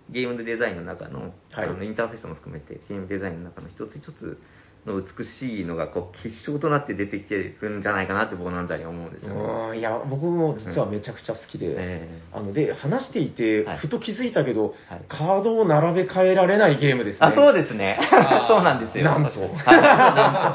[SPEAKER 3] ゲームのデザインの中の,、
[SPEAKER 2] はい
[SPEAKER 3] あのインターフェースも含めてゲームデザインの中の一つ一つの美しいのがこう結晶となって出てきてるんじゃないかなって僕なんざに思うんですよね。
[SPEAKER 2] うんいや、僕も実はめちゃくちゃ好きで。
[SPEAKER 3] ええ
[SPEAKER 2] あので話していて
[SPEAKER 3] はい、
[SPEAKER 2] ふと気づいたけど、
[SPEAKER 3] はい
[SPEAKER 2] カードを並べ替えられないゲームですね。
[SPEAKER 3] あそうですね、
[SPEAKER 1] あー
[SPEAKER 3] そうなんですよ。
[SPEAKER 2] なんと
[SPEAKER 3] はいな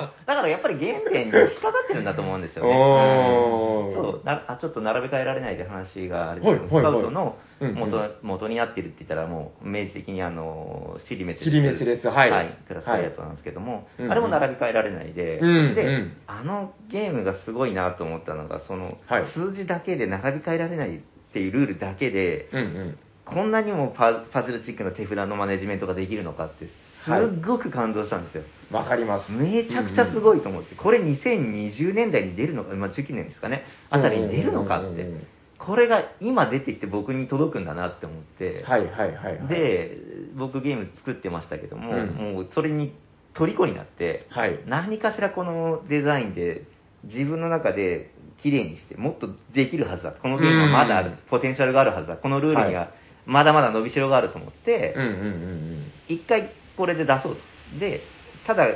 [SPEAKER 3] んとだからやっぱり原点に引っかかってるんだと思うんですよね。うん
[SPEAKER 2] うん
[SPEAKER 3] そうなあちょっと並べ替えられないで話があれですけど、
[SPEAKER 2] はいは
[SPEAKER 3] スカ
[SPEAKER 2] いはい
[SPEAKER 3] ウトの
[SPEAKER 2] うんうん
[SPEAKER 3] 元,、元になってるって言ったら、もう明示的にあの尻滅
[SPEAKER 2] 尻滅裂はい
[SPEAKER 3] クラスファイアとなんですけども、
[SPEAKER 2] はい
[SPEAKER 3] あれも並び替えられないで、
[SPEAKER 2] うん
[SPEAKER 3] で、
[SPEAKER 2] うん
[SPEAKER 3] あのゲームがすごいなと思ったのが、その、
[SPEAKER 2] はい
[SPEAKER 3] 数字だけで並び替えられないっていうルールだけで、
[SPEAKER 2] うんうん。
[SPEAKER 3] こんなにもパパズルチックな手札のマネジメントができるのかって、す
[SPEAKER 2] はい
[SPEAKER 3] っごく感動したんですよ。
[SPEAKER 2] わかります。
[SPEAKER 3] めちゃくちゃすごいと思って、これ2020年代に出るのか、まあ、19年ですかね、あたりに出るのか
[SPEAKER 2] う
[SPEAKER 3] っ
[SPEAKER 2] んうんう
[SPEAKER 3] て
[SPEAKER 2] んうん、
[SPEAKER 3] これが今出てきて僕に届くんだなって思って、
[SPEAKER 2] はいはいはいはい。、
[SPEAKER 3] で、僕ゲーム作ってましたけども、
[SPEAKER 2] うん
[SPEAKER 3] もうそれに虜になって、
[SPEAKER 2] はい。
[SPEAKER 3] 何かしらこのデザインで自分の中で綺麗にして、もっとできるはずだ、このゲームはまだあ
[SPEAKER 2] う
[SPEAKER 3] る
[SPEAKER 2] ん、
[SPEAKER 3] ポテンシャルがあるはずだ、このルールに
[SPEAKER 2] は
[SPEAKER 3] はまだまだ伸びしろがあると思って、
[SPEAKER 2] うんうんうん
[SPEAKER 3] 一回これで出そうとでただ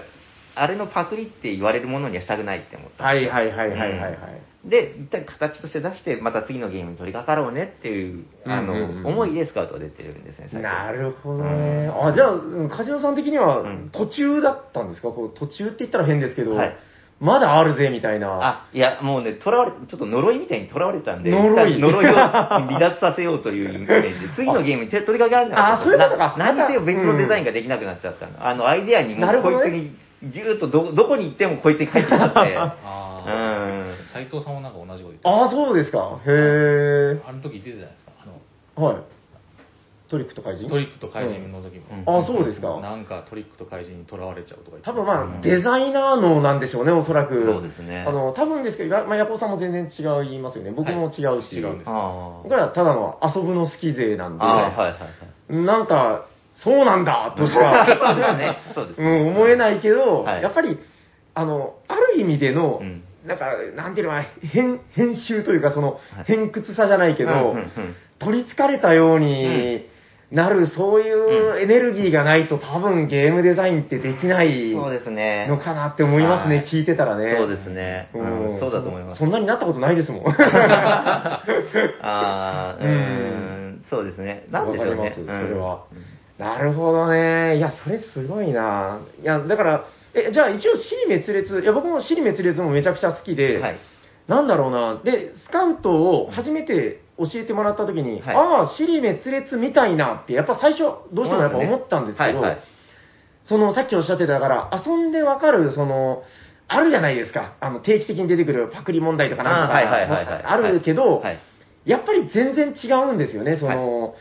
[SPEAKER 3] あれのパクリって言われるものにはしたくないって思っ
[SPEAKER 2] うん。
[SPEAKER 3] た
[SPEAKER 2] はいはいはいはいはいはい。
[SPEAKER 3] で一旦形として出してまた次のゲームに取り掛かろうねっていうあの、
[SPEAKER 2] うんうんうん
[SPEAKER 3] 思いでスカウトが出てるんですね最初
[SPEAKER 2] なるほどね。あ、じゃあ、うん梶野さん的には
[SPEAKER 3] うん
[SPEAKER 2] 途中だったんですか、こう途中って言ったら変ですけど、
[SPEAKER 3] はい
[SPEAKER 2] まだあるぜみたいな。
[SPEAKER 3] あいやもうねとらわれちょっと呪いみたいにとらわれたんで
[SPEAKER 2] 呪い
[SPEAKER 3] 一旦呪いを離脱させようというイメージ で次のゲームに手取り掛けられなかった
[SPEAKER 2] あそういうことか
[SPEAKER 3] な何せよ別のデザインができなくなっちゃったの、あのアイデアにも
[SPEAKER 2] なる
[SPEAKER 3] う
[SPEAKER 2] ほ
[SPEAKER 3] こい
[SPEAKER 2] どね
[SPEAKER 3] つにギューッとどどこに行ってもこいつに帰ってきち ゃってう
[SPEAKER 1] あ
[SPEAKER 3] ん
[SPEAKER 1] あ。斎藤さんもなんか同じこと言って
[SPEAKER 2] ああ、そうですか。へ
[SPEAKER 1] あの時言ってたじゃないですか。あの、
[SPEAKER 2] え。はい。トリックと怪人
[SPEAKER 1] トリックと怪人の時も。
[SPEAKER 3] うん
[SPEAKER 2] ああ、そうですか。
[SPEAKER 1] なんかトリックと怪人にとらわれちゃうとか言って
[SPEAKER 2] 多分まあ、デザイナー能なんでしょうね、おそらく。
[SPEAKER 3] そうですね
[SPEAKER 2] あの、多分ですけど、まあ、ヤコウさんも全然違いますよね。僕も違うし。
[SPEAKER 1] 違うんです
[SPEAKER 3] あ
[SPEAKER 2] 僕らはただの遊ぶの好き勢なんで。
[SPEAKER 3] あー、はいはいはい。
[SPEAKER 2] なんか、そうなんだとしか、
[SPEAKER 3] そうですね。そうです
[SPEAKER 2] う
[SPEAKER 3] ね。
[SPEAKER 2] ん、思えないけど、
[SPEAKER 3] はい
[SPEAKER 2] やっぱり、あの、ある意味での、
[SPEAKER 3] うん
[SPEAKER 2] なんか、なんていうのかな、編、編集というか、その
[SPEAKER 3] はい、
[SPEAKER 2] 偏屈さじゃないけど、
[SPEAKER 3] うんうんうん
[SPEAKER 2] 取り憑かれたようになる、そういうエネルギーがないと、多分ゲームデザインってできない
[SPEAKER 3] そう
[SPEAKER 2] の
[SPEAKER 3] ですね。
[SPEAKER 2] かなって思いますね、
[SPEAKER 3] はい
[SPEAKER 2] 聞いてたらね。
[SPEAKER 3] そうですね。うんそうだと思います。
[SPEAKER 2] そんなになったことないです もん。
[SPEAKER 3] ああ、うーん、そうですね。なんでしょう
[SPEAKER 2] わ
[SPEAKER 3] ね
[SPEAKER 2] か。り
[SPEAKER 3] うん
[SPEAKER 2] ますそれは。なるほどね。いや、それすごいな。いや、だから、え、じゃあ一応、尻滅裂、いや、僕も尻滅裂もめちゃくちゃ好きで、
[SPEAKER 3] はい。
[SPEAKER 2] なんだろうな。で、スカウトを初めて教えてもらった時に、
[SPEAKER 3] はい
[SPEAKER 2] ああ、尻滅裂みたいなって、やっぱ最初、どうしてもやっぱ思ったんですけど、
[SPEAKER 3] はいはい
[SPEAKER 2] その、さっきおっしゃってただから、遊んでわかる、その、あるじゃないですか。あの、定期的に出てくるパクリ問題とかなんとか、
[SPEAKER 3] あーはいはいはいはい
[SPEAKER 2] あるけど、
[SPEAKER 3] はい。
[SPEAKER 2] やっぱり全然違うんですよね、その、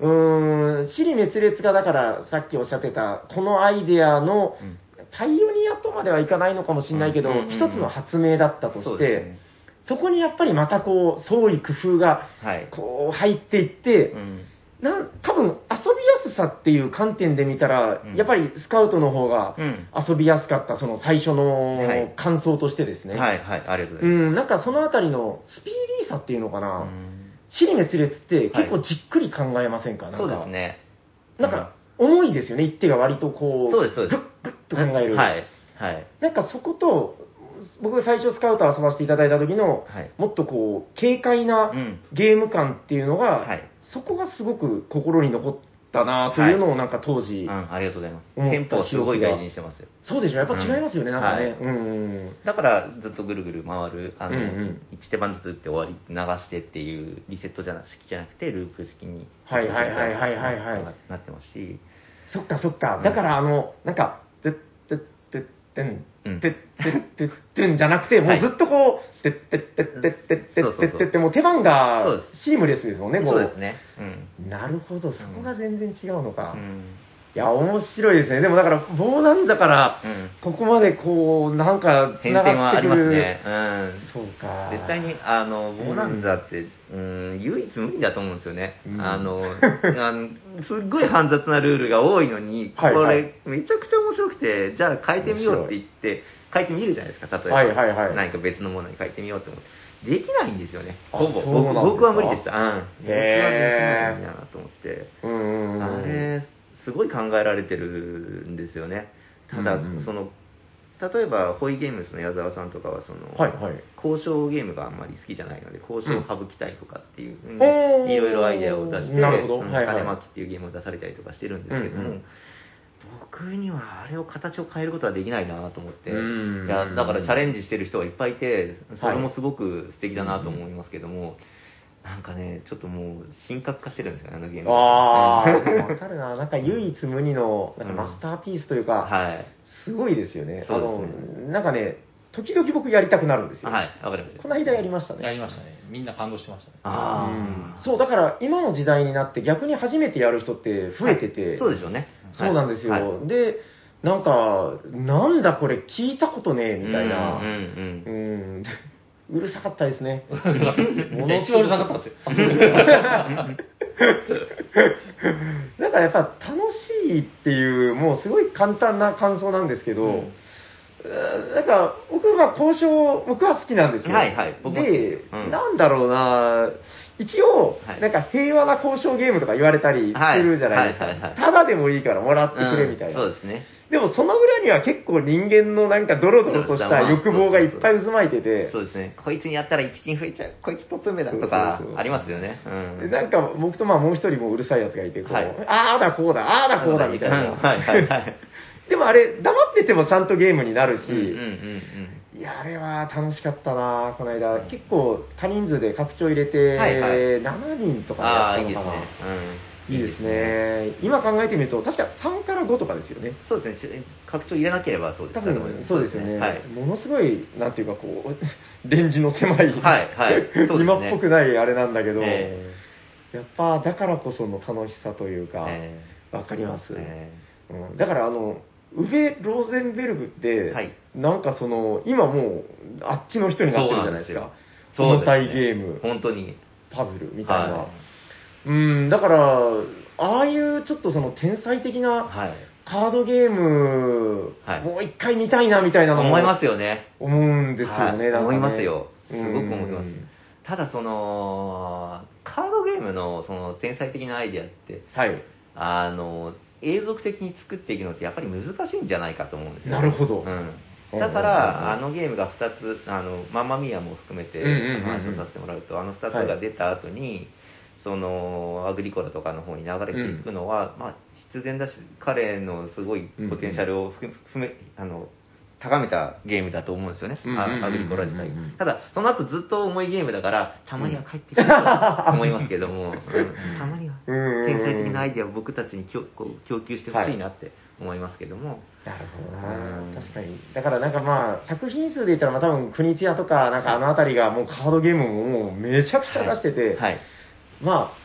[SPEAKER 2] うーん、尻滅裂がだから、さっきおっしゃってた、このアイデアの
[SPEAKER 3] うん、
[SPEAKER 2] パイオニアとまではいかないのかもしれないけど、
[SPEAKER 3] うんうんうん
[SPEAKER 2] 一つの発明だったと
[SPEAKER 3] そ
[SPEAKER 2] し
[SPEAKER 3] うで
[SPEAKER 2] て、
[SPEAKER 3] すね
[SPEAKER 2] そこにやっぱりまたこう、創意工夫が、
[SPEAKER 3] はい。
[SPEAKER 2] こう、入っていって、
[SPEAKER 3] うん
[SPEAKER 2] なん多分遊びやすさっていう観点で見たら、
[SPEAKER 3] うん
[SPEAKER 2] やっぱりスカウトの方が
[SPEAKER 3] うん
[SPEAKER 2] 遊びやすかった、その最初
[SPEAKER 3] は
[SPEAKER 2] の
[SPEAKER 3] い
[SPEAKER 2] 感想としてですね。
[SPEAKER 3] はいはい、ありがとうご
[SPEAKER 2] う
[SPEAKER 3] ざいま
[SPEAKER 2] ん、なんかそのあたりのスピーディーさっていうのかな、
[SPEAKER 3] すうん。
[SPEAKER 2] 尻滅裂って結構じっくり考えませんか、なんか
[SPEAKER 3] そうですね。
[SPEAKER 2] なんか重いですよね、一手が割とこう、
[SPEAKER 3] そうですそうです
[SPEAKER 2] グッグッと考える。
[SPEAKER 3] はい。はい。
[SPEAKER 2] なんかそこと、僕最初スカウト遊ばせていただいた時の、
[SPEAKER 3] はい。
[SPEAKER 2] もっとこう、軽快な
[SPEAKER 3] うん
[SPEAKER 2] ゲーム感っていうのが、
[SPEAKER 3] はい
[SPEAKER 2] そこがすごく心に残ったなというのをなんか当
[SPEAKER 3] う
[SPEAKER 2] 時、
[SPEAKER 3] ん、ありがとうございます。
[SPEAKER 2] 思った
[SPEAKER 3] テンポをすごい大事にしてますよ。
[SPEAKER 2] そうでしょ、やっぱ違いますよね、
[SPEAKER 3] うん
[SPEAKER 2] なんかね。
[SPEAKER 3] はい
[SPEAKER 2] うんうんうん
[SPEAKER 3] だからずっとぐるぐる回る、あの、
[SPEAKER 2] うんうん
[SPEAKER 3] 1手番ずつ打って終わり、流してっていうリセットじゃな式じゃなくて、ループ式に。
[SPEAKER 2] はいはいはいはいはいはい
[SPEAKER 3] なってますし。
[SPEAKER 2] そっかそっか
[SPEAKER 3] う。ん
[SPEAKER 2] だからあの、なんか、てってってってん
[SPEAKER 3] うん。
[SPEAKER 2] てってってってんじゃなくて、も
[SPEAKER 3] は
[SPEAKER 2] う
[SPEAKER 3] い
[SPEAKER 2] ずっとこう、てってってってってって
[SPEAKER 3] そう
[SPEAKER 2] って
[SPEAKER 3] そう
[SPEAKER 2] っ
[SPEAKER 3] そう
[SPEAKER 2] てって、もう手番が
[SPEAKER 3] そうで
[SPEAKER 2] シームレスですもんね、こ
[SPEAKER 3] そうですね。うん。
[SPEAKER 2] なるほど、そこが全然違うのか。
[SPEAKER 3] う
[SPEAKER 2] い
[SPEAKER 3] ん。
[SPEAKER 2] や、面白いですね。でもだから、ボーナンザから、
[SPEAKER 3] うん。
[SPEAKER 2] ここまでこう、なんか、
[SPEAKER 3] 変遷はあります
[SPEAKER 2] 繋
[SPEAKER 3] ね。う
[SPEAKER 2] がってくる。そうか。
[SPEAKER 3] ん。絶対に、あの、ボーナンザって、うん、唯一無二だと思うんですよね。
[SPEAKER 2] うん
[SPEAKER 3] あの、あの、すっごい煩雑なルールが多いのに、
[SPEAKER 2] はいはい
[SPEAKER 3] これ、めちゃくちゃ面白くて、じゃあ変えてみようって言って、変えてみるじゃないですか、例えば。
[SPEAKER 2] はいはいはい
[SPEAKER 3] 何か別のものに変えてみようと思って。できないんですよね、
[SPEAKER 2] あ
[SPEAKER 3] ほぼ。
[SPEAKER 2] そうなんですか
[SPEAKER 3] 僕僕は無理でした。うん。僕は
[SPEAKER 2] へー
[SPEAKER 3] できないんだなと思って。
[SPEAKER 2] うんうんうん。
[SPEAKER 3] あれ、すごい考えられてるんですよね。ただ、
[SPEAKER 2] うんうん
[SPEAKER 3] その、例えば、ホイゲームスの矢沢さんとかは、その、
[SPEAKER 2] はいはい。
[SPEAKER 3] 交渉ゲームがあんまり好きじゃないので、交渉を省きたいとかっていう、
[SPEAKER 2] んおー
[SPEAKER 3] いろいろアイデアを出して、
[SPEAKER 2] なるほど
[SPEAKER 3] うん
[SPEAKER 2] はいはい
[SPEAKER 3] 種まきっていうゲームを出されたりとかしてるんですけども、
[SPEAKER 2] うんうん
[SPEAKER 3] 僕にはあれを形を変えることはできないなと思って、
[SPEAKER 2] うん
[SPEAKER 3] いやだからチャレンジしてる人はいっぱいいて、それもすごく素敵だなと思いますけども、なんかね、ちょっともう、神格化してるんですよね、あのゲーム。
[SPEAKER 2] あ
[SPEAKER 3] うん
[SPEAKER 2] あ、わかるな。なんか唯一無二の、なんかマスターピースというか、
[SPEAKER 3] はい。
[SPEAKER 2] すごいですよね。
[SPEAKER 3] そう
[SPEAKER 2] あの、なんかね、時々僕やりたくなるんですよ。
[SPEAKER 3] はい、わかりました。
[SPEAKER 2] この間やりましたね。
[SPEAKER 1] やりましたね。みんな感動してましたね。
[SPEAKER 3] ああ、
[SPEAKER 2] そう、だから今の時代になって逆に初めてやる人って増えてて、
[SPEAKER 3] そうでしょうね。
[SPEAKER 2] そうなんですよ。
[SPEAKER 3] はい
[SPEAKER 2] で、なんか、なんだこれ聞いたことねえみたいな。
[SPEAKER 3] うん
[SPEAKER 2] う
[SPEAKER 3] うん
[SPEAKER 2] ん、 うるさかったですね。
[SPEAKER 1] い や一番うるさかったんですよ。
[SPEAKER 2] なんかやっぱ楽しいっていう、もうすごい簡単な感想なんですけど、うんなんか僕は交渉、僕は好きなんですよ。
[SPEAKER 3] はいはい僕も好き
[SPEAKER 2] で
[SPEAKER 3] です、うん
[SPEAKER 2] なんだろうな一応、
[SPEAKER 3] はい
[SPEAKER 2] なんか平和な交渉ゲームとか言われたりするじゃないですか。
[SPEAKER 3] はいはいはいはい
[SPEAKER 2] ただでもいいからもらって
[SPEAKER 3] うん
[SPEAKER 2] くれみたいな。
[SPEAKER 3] そうですね。
[SPEAKER 2] でもその裏には結構人間のなんかドロドロとした欲望がいっぱい渦巻いてて、
[SPEAKER 3] そうですね。こいつにやったら一金増えちゃう。こいつトップ目だとか
[SPEAKER 2] そうそうそう、
[SPEAKER 3] ありますよね。うん
[SPEAKER 2] でなんか僕とまあもう一人もうるさいやつがいて、こう、
[SPEAKER 3] はい
[SPEAKER 2] ああだこうだ、ああだこうだみたいな。
[SPEAKER 3] うんはいはいはい。
[SPEAKER 2] でもあれ、黙っててもちゃんとゲームになるし、
[SPEAKER 3] うんうんうん
[SPEAKER 2] いや、あれは楽しかったな、この間。結構多人数で拡張入れて、
[SPEAKER 3] はいはい
[SPEAKER 2] 7人と
[SPEAKER 3] うん。
[SPEAKER 2] か
[SPEAKER 3] ああ、
[SPEAKER 2] で
[SPEAKER 3] いい
[SPEAKER 2] や
[SPEAKER 3] で
[SPEAKER 2] った
[SPEAKER 3] す
[SPEAKER 2] のかな。
[SPEAKER 3] ね。うん。
[SPEAKER 2] いいです。ね。今考えてみると、確か3から5とかですよね。
[SPEAKER 3] そうですね。拡張入れなければそうです
[SPEAKER 2] 多
[SPEAKER 3] だと思いま
[SPEAKER 2] 分そうですよね、
[SPEAKER 3] はい。
[SPEAKER 2] ものすごい、なんていうか、こう、 レンジの狭い、
[SPEAKER 3] はいはいそうですね
[SPEAKER 2] 今っぽくないあれなんだけど、
[SPEAKER 3] え
[SPEAKER 2] やっぱだからこその楽しさというか、わ、
[SPEAKER 3] え
[SPEAKER 2] かります、
[SPEAKER 3] え
[SPEAKER 2] うんだから、あの、ウベ・ローゼンベルグって、
[SPEAKER 3] はい
[SPEAKER 2] なんかその、今もう、あっちの人になってるじゃないですか、
[SPEAKER 3] そうですね
[SPEAKER 2] 重たいゲーム
[SPEAKER 3] 本当に。
[SPEAKER 2] パズルみたいな。
[SPEAKER 3] は
[SPEAKER 2] うん、だから、ああいうちょっとその天才的な
[SPEAKER 3] はい。
[SPEAKER 2] カードゲーム、
[SPEAKER 3] はい
[SPEAKER 2] もう一回見たいなみたいなのも
[SPEAKER 3] 思いますよね。
[SPEAKER 2] 思うんですよ
[SPEAKER 3] は
[SPEAKER 2] ね、
[SPEAKER 3] い
[SPEAKER 2] なんかね
[SPEAKER 3] 思いますよ。すごく思いま
[SPEAKER 2] う
[SPEAKER 3] す
[SPEAKER 2] ん。
[SPEAKER 3] ただその、カードゲームのその天才的なアイデアって、
[SPEAKER 2] はい。
[SPEAKER 3] あの、永続的に作っていくのってやっぱり難しいんじゃないかと思うんですよ。
[SPEAKER 2] なるほど
[SPEAKER 3] うんだか
[SPEAKER 2] うんうんうん
[SPEAKER 3] ら、あのゲームが2つ、あの、マンマミアも含めて
[SPEAKER 2] うんうんうんうん
[SPEAKER 3] 話をさせてもらうと、あの2つが出た後に、その、アグリコラとかの方に流れていくのは、まあ、必然だし、彼のすごいポテンシャルを含め、あの、高めたゲームだと思うんですよね。
[SPEAKER 2] うんうんうんうんうん
[SPEAKER 3] あアグリコラ自体。ただ、その後ずっと重いゲームだから、たまには帰ってくるとは 思いますけども、うんたまには。
[SPEAKER 2] うんうんうん
[SPEAKER 3] 天才的なアイデアを僕たちにきょこう供給してほしいなって思いますけども、
[SPEAKER 2] なるほど
[SPEAKER 3] うん
[SPEAKER 2] な。確かに。だからなんかまあ、作品数で言ったら、まあ多分、国津屋とか、なんかあの辺りがもうカードゲームももうめちゃくちゃ出してて、
[SPEAKER 3] はい。
[SPEAKER 2] まあ、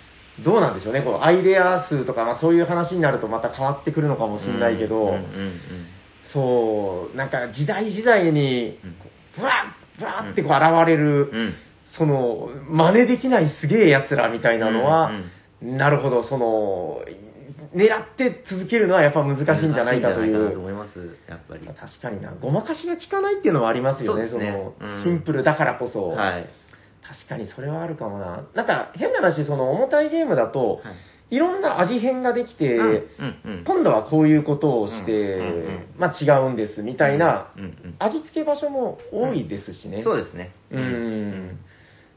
[SPEAKER 2] どうなんでしょうね、こう、アイデア数とか、まあそういう話になるとまた変わってくるのかもしれないけど、
[SPEAKER 3] うんうんうん
[SPEAKER 2] そう、なんか時代時代に、ブワッ、ブワッってこう現れる、
[SPEAKER 3] うんうん
[SPEAKER 2] その、真似できないすげえ奴らみたいなのは、
[SPEAKER 3] うん
[SPEAKER 2] なるほど、その、狙って続けるのはやっぱ難しいんじゃないかとい
[SPEAKER 3] 難しんじゃなかなと
[SPEAKER 2] う。
[SPEAKER 3] 思います、やっぱり。
[SPEAKER 2] 確かにな、ごまかしが効かないっていうのはありますよね、そ
[SPEAKER 3] そうですね
[SPEAKER 2] の、
[SPEAKER 3] うん
[SPEAKER 2] シンプルだからこそ。
[SPEAKER 3] はい。
[SPEAKER 2] 確かにそれはあるかもな。なんか変な話、その重たいゲームだと、
[SPEAKER 3] はい
[SPEAKER 2] い、ろんな味変ができて、
[SPEAKER 3] うんうんうん
[SPEAKER 2] 今度はこういうことをして、
[SPEAKER 3] うんうんうん
[SPEAKER 2] まあ違うんですみたいな、
[SPEAKER 3] うんうん
[SPEAKER 2] 味付け場所も多いですしね。
[SPEAKER 3] そうですね。
[SPEAKER 2] うん、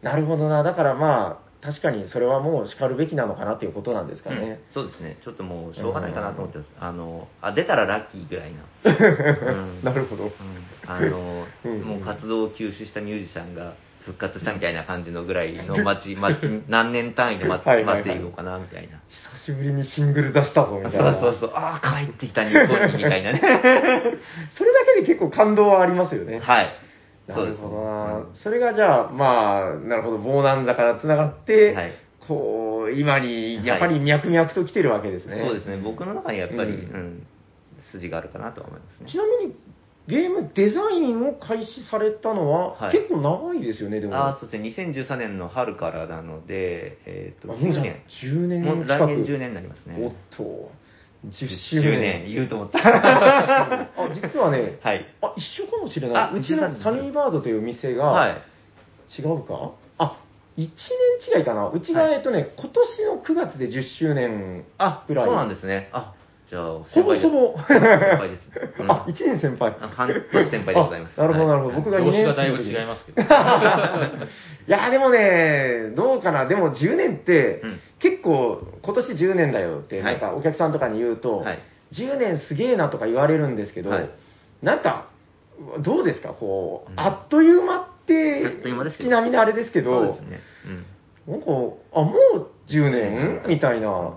[SPEAKER 2] なるほどな。だからまあ、確かにそれはもう叱るべきなのかなっていうことなんですか
[SPEAKER 3] うん
[SPEAKER 2] ね。
[SPEAKER 3] そうですね。ちょっともう、しょうがないかなと思ってます。あの、あ、出たらラッキーぐらいな。うん
[SPEAKER 2] なるほど。
[SPEAKER 3] うんあの
[SPEAKER 2] うんうん
[SPEAKER 3] もう活動を休止したミュージシャンが復活したみたいな感じのぐらいの 待ち、ま、何年単位で待っ
[SPEAKER 2] はい
[SPEAKER 3] て
[SPEAKER 2] はいは
[SPEAKER 3] 待
[SPEAKER 2] い
[SPEAKER 3] っていこうかなみたいな。
[SPEAKER 2] 久しぶりにシングル出したぞみ
[SPEAKER 3] そう
[SPEAKER 2] たいな。
[SPEAKER 3] そうそう、ああ、帰ってきた日本にみたい なね。
[SPEAKER 2] それだけで結構感動はありますよね。
[SPEAKER 3] はい。
[SPEAKER 2] なるほどな、
[SPEAKER 3] そうで
[SPEAKER 2] それがじゃあ、まあ、なるほど、ボーナンザから繋がって、
[SPEAKER 3] はい
[SPEAKER 2] こう、今に、やっぱり脈々と来てるわけです
[SPEAKER 3] す
[SPEAKER 2] ね。
[SPEAKER 3] ねそうですね、僕の中にやっぱり、
[SPEAKER 2] う
[SPEAKER 3] うんん、筋があるかなとは思いますね。
[SPEAKER 2] ちなみに、ゲームデザインを開始されたのは、
[SPEAKER 3] はい
[SPEAKER 2] 結構長いですよね、でも。
[SPEAKER 3] ああ、そうですね、2013年の春からなので、えっ、と、
[SPEAKER 2] あもうじゃあ10年
[SPEAKER 3] も
[SPEAKER 2] 近
[SPEAKER 3] う
[SPEAKER 2] く。
[SPEAKER 3] 来年10年になりますね。
[SPEAKER 2] おっと、10
[SPEAKER 3] 10
[SPEAKER 2] 周
[SPEAKER 3] 年、
[SPEAKER 2] 年。
[SPEAKER 3] 言うと思った。
[SPEAKER 2] あ、実はね、
[SPEAKER 3] はい。
[SPEAKER 2] あ、一緒かもしれない。
[SPEAKER 3] あ
[SPEAKER 2] うちのサニーバードという店が、
[SPEAKER 3] はい。
[SPEAKER 2] 違うかあ、1年違いかな。うちが、
[SPEAKER 3] はい
[SPEAKER 2] えっとね、今年の9月で10周年
[SPEAKER 3] あ、
[SPEAKER 2] ぐらい
[SPEAKER 3] そうなんですね。あ、じゃあ、
[SPEAKER 2] ほぼほぼ。
[SPEAKER 3] 先輩です。う ん
[SPEAKER 2] あ、1年先輩。
[SPEAKER 3] あ半年先輩でございます。
[SPEAKER 2] あなるほど、なるほど。
[SPEAKER 3] はい
[SPEAKER 2] 僕が2
[SPEAKER 1] 業種
[SPEAKER 2] 年
[SPEAKER 1] がだいぶ
[SPEAKER 2] 生の時
[SPEAKER 1] 違いますけど。
[SPEAKER 2] いや、でもね、どうかな。でも10年って
[SPEAKER 3] うん、
[SPEAKER 2] 結構、今年10年だよって、
[SPEAKER 3] は
[SPEAKER 2] ないんかお客さんとかに言うと
[SPEAKER 3] はい、
[SPEAKER 2] 10年すげえなとか言われるんですけど、
[SPEAKER 3] はい
[SPEAKER 2] なんか、どうですか、こう、
[SPEAKER 3] うん
[SPEAKER 2] あっという間って、
[SPEAKER 3] あっという間ですけ
[SPEAKER 2] 月
[SPEAKER 3] ど
[SPEAKER 2] 並みのあれですけ
[SPEAKER 3] そう
[SPEAKER 2] ど
[SPEAKER 3] です、ね。
[SPEAKER 2] なんか、あ、もう10年
[SPEAKER 3] うん。
[SPEAKER 2] みたいうなん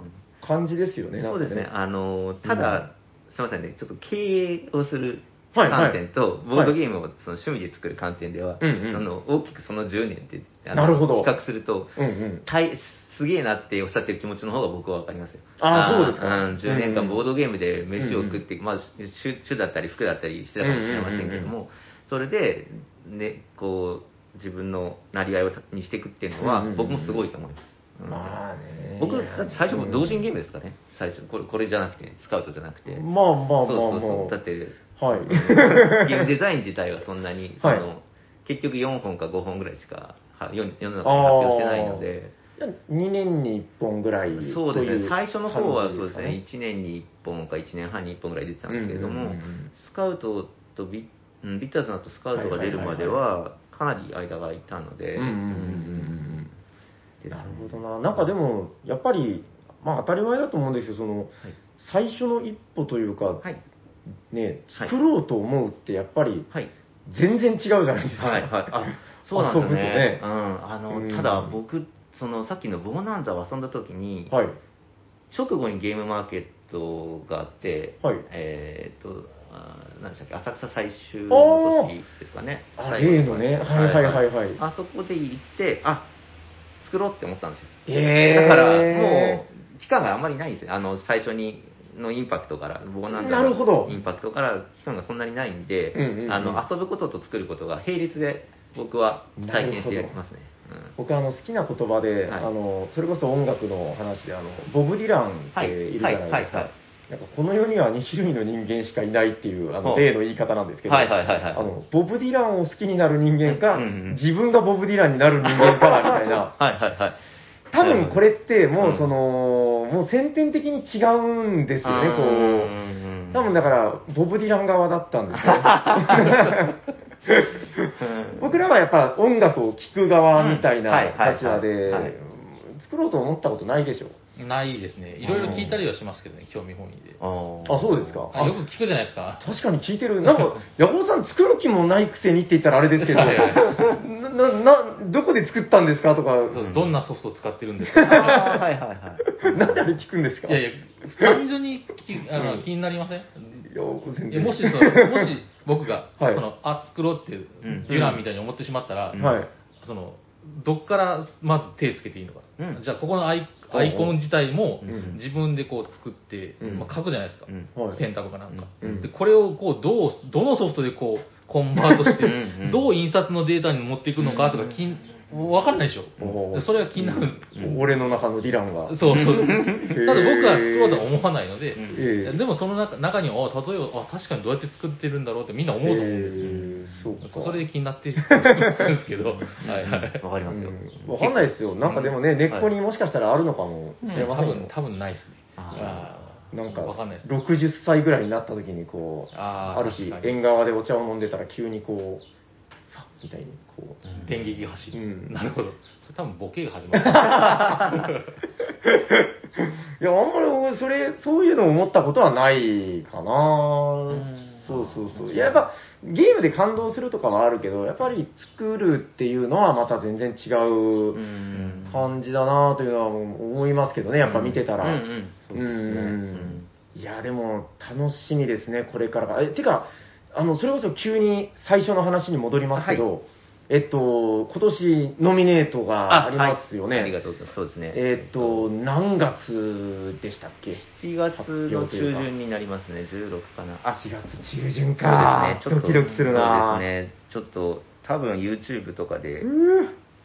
[SPEAKER 2] 感じですよね。
[SPEAKER 3] そうですね。
[SPEAKER 2] なんか
[SPEAKER 3] あの、ただ、すみませんね、ちょっと経営をする
[SPEAKER 2] はい
[SPEAKER 3] 観点と、
[SPEAKER 2] い
[SPEAKER 3] ボードゲームをその趣味で作る観点では、
[SPEAKER 2] うんうん
[SPEAKER 3] あの大きくその10年って、あの
[SPEAKER 2] なるほど
[SPEAKER 3] 比較すると、
[SPEAKER 2] うんうん。
[SPEAKER 3] 大すげえなっておっしゃってる気持ちの方が僕は分かりますよ。
[SPEAKER 2] あーそうですか
[SPEAKER 3] ん10年
[SPEAKER 2] うん
[SPEAKER 3] 間ボードゲームで飯を食って、まあ、主主だったり服だったりしてたかもしれませんけ
[SPEAKER 2] うん
[SPEAKER 3] ども、
[SPEAKER 2] うんうん
[SPEAKER 3] それで、ね、こう、自分のなりわいをたにしていくっていうのは、
[SPEAKER 2] うんうんうん
[SPEAKER 3] 僕もすごいと思います。うん
[SPEAKER 2] まあね。
[SPEAKER 3] 僕、だって最初も同
[SPEAKER 2] 時
[SPEAKER 3] 人ゲームですかね。最初、これ、これじゃなくて、スカウトじゃなくて。
[SPEAKER 2] まあまあまあまあ。
[SPEAKER 3] そうそうそう。だって、
[SPEAKER 2] はい。
[SPEAKER 3] ゲームデザイン自体はそんなに、
[SPEAKER 2] はい
[SPEAKER 3] その結局4本か5本ぐらいしかは世に世の中に発表してないので、
[SPEAKER 2] 2年に1本ぐらいという
[SPEAKER 3] そうですね、最初の方は
[SPEAKER 2] 感じ
[SPEAKER 3] そうです
[SPEAKER 2] か
[SPEAKER 3] ね、1年に1本か1年半に1本ぐらい出てたんですけれど
[SPEAKER 2] うん
[SPEAKER 3] も
[SPEAKER 2] うんうんうん、
[SPEAKER 3] スカウトとビうんビッターズの後スカウトが出るまでは、かなり間が空いたので、
[SPEAKER 2] うんうんうん
[SPEAKER 3] ですね
[SPEAKER 2] なるほどな。なんかでも、やっぱり、まあ当たり前だと思うんですよ、その、最初の一歩というか、
[SPEAKER 3] はい、
[SPEAKER 2] ね、
[SPEAKER 3] はい
[SPEAKER 2] 作ろうと思うってやっぱり
[SPEAKER 3] はい、
[SPEAKER 2] 全然違うじゃないですか。
[SPEAKER 3] はい、はい、あそうなんです
[SPEAKER 2] 遊ぶと
[SPEAKER 3] ね
[SPEAKER 2] ね
[SPEAKER 3] うん、あ
[SPEAKER 2] う
[SPEAKER 3] の
[SPEAKER 2] ん
[SPEAKER 3] ただ僕そのさっきのボーナンザを遊んだ時に、
[SPEAKER 2] はい。
[SPEAKER 3] 直後にゲームマーケットがあって、
[SPEAKER 2] はい
[SPEAKER 3] えーっとあー何でしたっけ浅草最終
[SPEAKER 2] お
[SPEAKER 3] の
[SPEAKER 2] ー
[SPEAKER 3] 年ですかね
[SPEAKER 2] あ、
[SPEAKER 3] 最後
[SPEAKER 2] 例のね。はいはいはいはい。
[SPEAKER 3] あそこで行ってあ作ろうって思ったんですよ
[SPEAKER 2] え
[SPEAKER 3] だからもう期間があんまりないんですよあの最初にのインパクトからボーナンザ
[SPEAKER 2] なるほど
[SPEAKER 3] のインパクトから期間がそんなにないんで、
[SPEAKER 2] うんうんうん
[SPEAKER 3] あの遊ぶことと作ることが並列で僕は体験してやりますね、
[SPEAKER 2] 僕あの好きな言葉で、
[SPEAKER 3] はい
[SPEAKER 2] あのそれこそ音楽の話であのボブ・ディランっているじゃないですか、
[SPEAKER 3] はいはいはいはい
[SPEAKER 2] なんかこの世には2種類の人間しかいないっていうあ
[SPEAKER 3] ほ
[SPEAKER 2] の
[SPEAKER 3] う
[SPEAKER 2] 例の言い方なんです
[SPEAKER 3] う
[SPEAKER 2] け
[SPEAKER 3] ん
[SPEAKER 2] ど、
[SPEAKER 3] はいはいはいはい
[SPEAKER 2] あのボブ・ディランを好きになる人間か、
[SPEAKER 3] うんうん
[SPEAKER 2] 自分がボブ・ディランになる人間かみたい な
[SPEAKER 3] はいはいはい
[SPEAKER 2] 多分これっても
[SPEAKER 3] う
[SPEAKER 2] うんその、もう先天的に違うんですよね、こう。
[SPEAKER 3] ん
[SPEAKER 2] 多分だから、ボブ・ディラン側だったん ですよね。僕らはやっぱ音楽を聴く側みたい
[SPEAKER 3] うんは
[SPEAKER 2] ない
[SPEAKER 3] はいはい
[SPEAKER 2] 立場で
[SPEAKER 3] はい、
[SPEAKER 2] 作ろうと思ったことないでしょ。
[SPEAKER 1] ないですね。いろいろ聞いたりはしますけどね、興味本位で。
[SPEAKER 2] あ、そうですか。
[SPEAKER 1] あ
[SPEAKER 2] あ
[SPEAKER 1] よく聞くじゃないですか。
[SPEAKER 2] 確かに聞いてる。なん か、ヤコウさん作る気もないくせにって言ったらあれですけど、
[SPEAKER 1] いやいや
[SPEAKER 2] な、な、などこで作ったんですかとか、
[SPEAKER 1] そうどんなソフトを使ってるんですか
[SPEAKER 3] あーはいはいはい。
[SPEAKER 2] なんであれ聞くんですか
[SPEAKER 1] いやいや、単純にきあの気になりません
[SPEAKER 2] いや全
[SPEAKER 1] いや
[SPEAKER 2] 然。
[SPEAKER 1] もしその、もし僕が、
[SPEAKER 2] はい
[SPEAKER 1] その、あ、作ろうっていう
[SPEAKER 3] うん、
[SPEAKER 1] デュランみたいに思ってしまったら、
[SPEAKER 3] うん
[SPEAKER 2] はい。
[SPEAKER 1] その、どっからまず手つけていいのか。
[SPEAKER 3] うん
[SPEAKER 1] じゃあ、ここのアイアイコン自体も
[SPEAKER 3] うん、
[SPEAKER 1] 自分でこう作って、
[SPEAKER 2] うん
[SPEAKER 1] まあ、書くじゃないですか。
[SPEAKER 3] うん
[SPEAKER 2] はい
[SPEAKER 1] ペンタブかなんか。
[SPEAKER 2] うん
[SPEAKER 1] で、これをこう、どう、どのソフトでこう、コンバートして
[SPEAKER 3] うんう、ん
[SPEAKER 1] どう印刷のデータに持っていくのかとか、きんわかんないでし
[SPEAKER 2] おー
[SPEAKER 1] ょ。それが気になる。
[SPEAKER 2] 俺の中のディランが。
[SPEAKER 1] そうそう。ただ僕は作ろうとは思わないので、
[SPEAKER 3] うん
[SPEAKER 2] ええ
[SPEAKER 1] でもその中中には、あ例えば、あ、確かにどうやって作ってるんだろうってみんな思うと思うんですよ。
[SPEAKER 2] えーそうか。
[SPEAKER 1] それで気になって作ってるんですけど、はいはい。
[SPEAKER 3] わかりますよ。
[SPEAKER 2] うんわかんないですよ。なんかでもね、根っこにもしかしたらあるのかもしれま
[SPEAKER 1] 多
[SPEAKER 2] せんよ
[SPEAKER 1] 分、。多分ないですね。
[SPEAKER 3] あ
[SPEAKER 1] あー
[SPEAKER 2] なんか、
[SPEAKER 1] わかんないです。
[SPEAKER 2] 60歳ぐらいになった時にこう、
[SPEAKER 1] あ
[SPEAKER 2] あ
[SPEAKER 1] ー
[SPEAKER 2] る日
[SPEAKER 1] 確、かに
[SPEAKER 2] 縁側でお茶を飲んでたら急にこう、ファッみたいにこう、
[SPEAKER 1] 電撃が走る。
[SPEAKER 2] うん
[SPEAKER 1] なるほど。それ多分ボケが始まる。
[SPEAKER 2] いや、あんまりそれ、そういうのを思ったことはないかなそうそうそう。いや、やっぱゲームで感動するとかはあるけど、やっぱり作るっていうのはまた全然違
[SPEAKER 3] ーう。
[SPEAKER 2] ううん感じだなというのは思いますけどね、やっぱ見てたら。
[SPEAKER 3] うんうんそう
[SPEAKER 2] う
[SPEAKER 3] ですね
[SPEAKER 2] んいや、でも楽しみですね、これからが。え、てか、あの、それこそ急に最初の話に戻りますけど、えっと、今年ノミネートがありますよね。
[SPEAKER 3] はいありがとうございます。そうですね。
[SPEAKER 2] えっと、何月でしたっけ
[SPEAKER 3] 7月の中旬になりますね、16かな。あ、
[SPEAKER 2] 4月中旬
[SPEAKER 3] そう
[SPEAKER 2] か
[SPEAKER 3] で。すね。ちょっと
[SPEAKER 2] ドキドキするな
[SPEAKER 3] そうですね。ちょっと、多分 YouTube とかで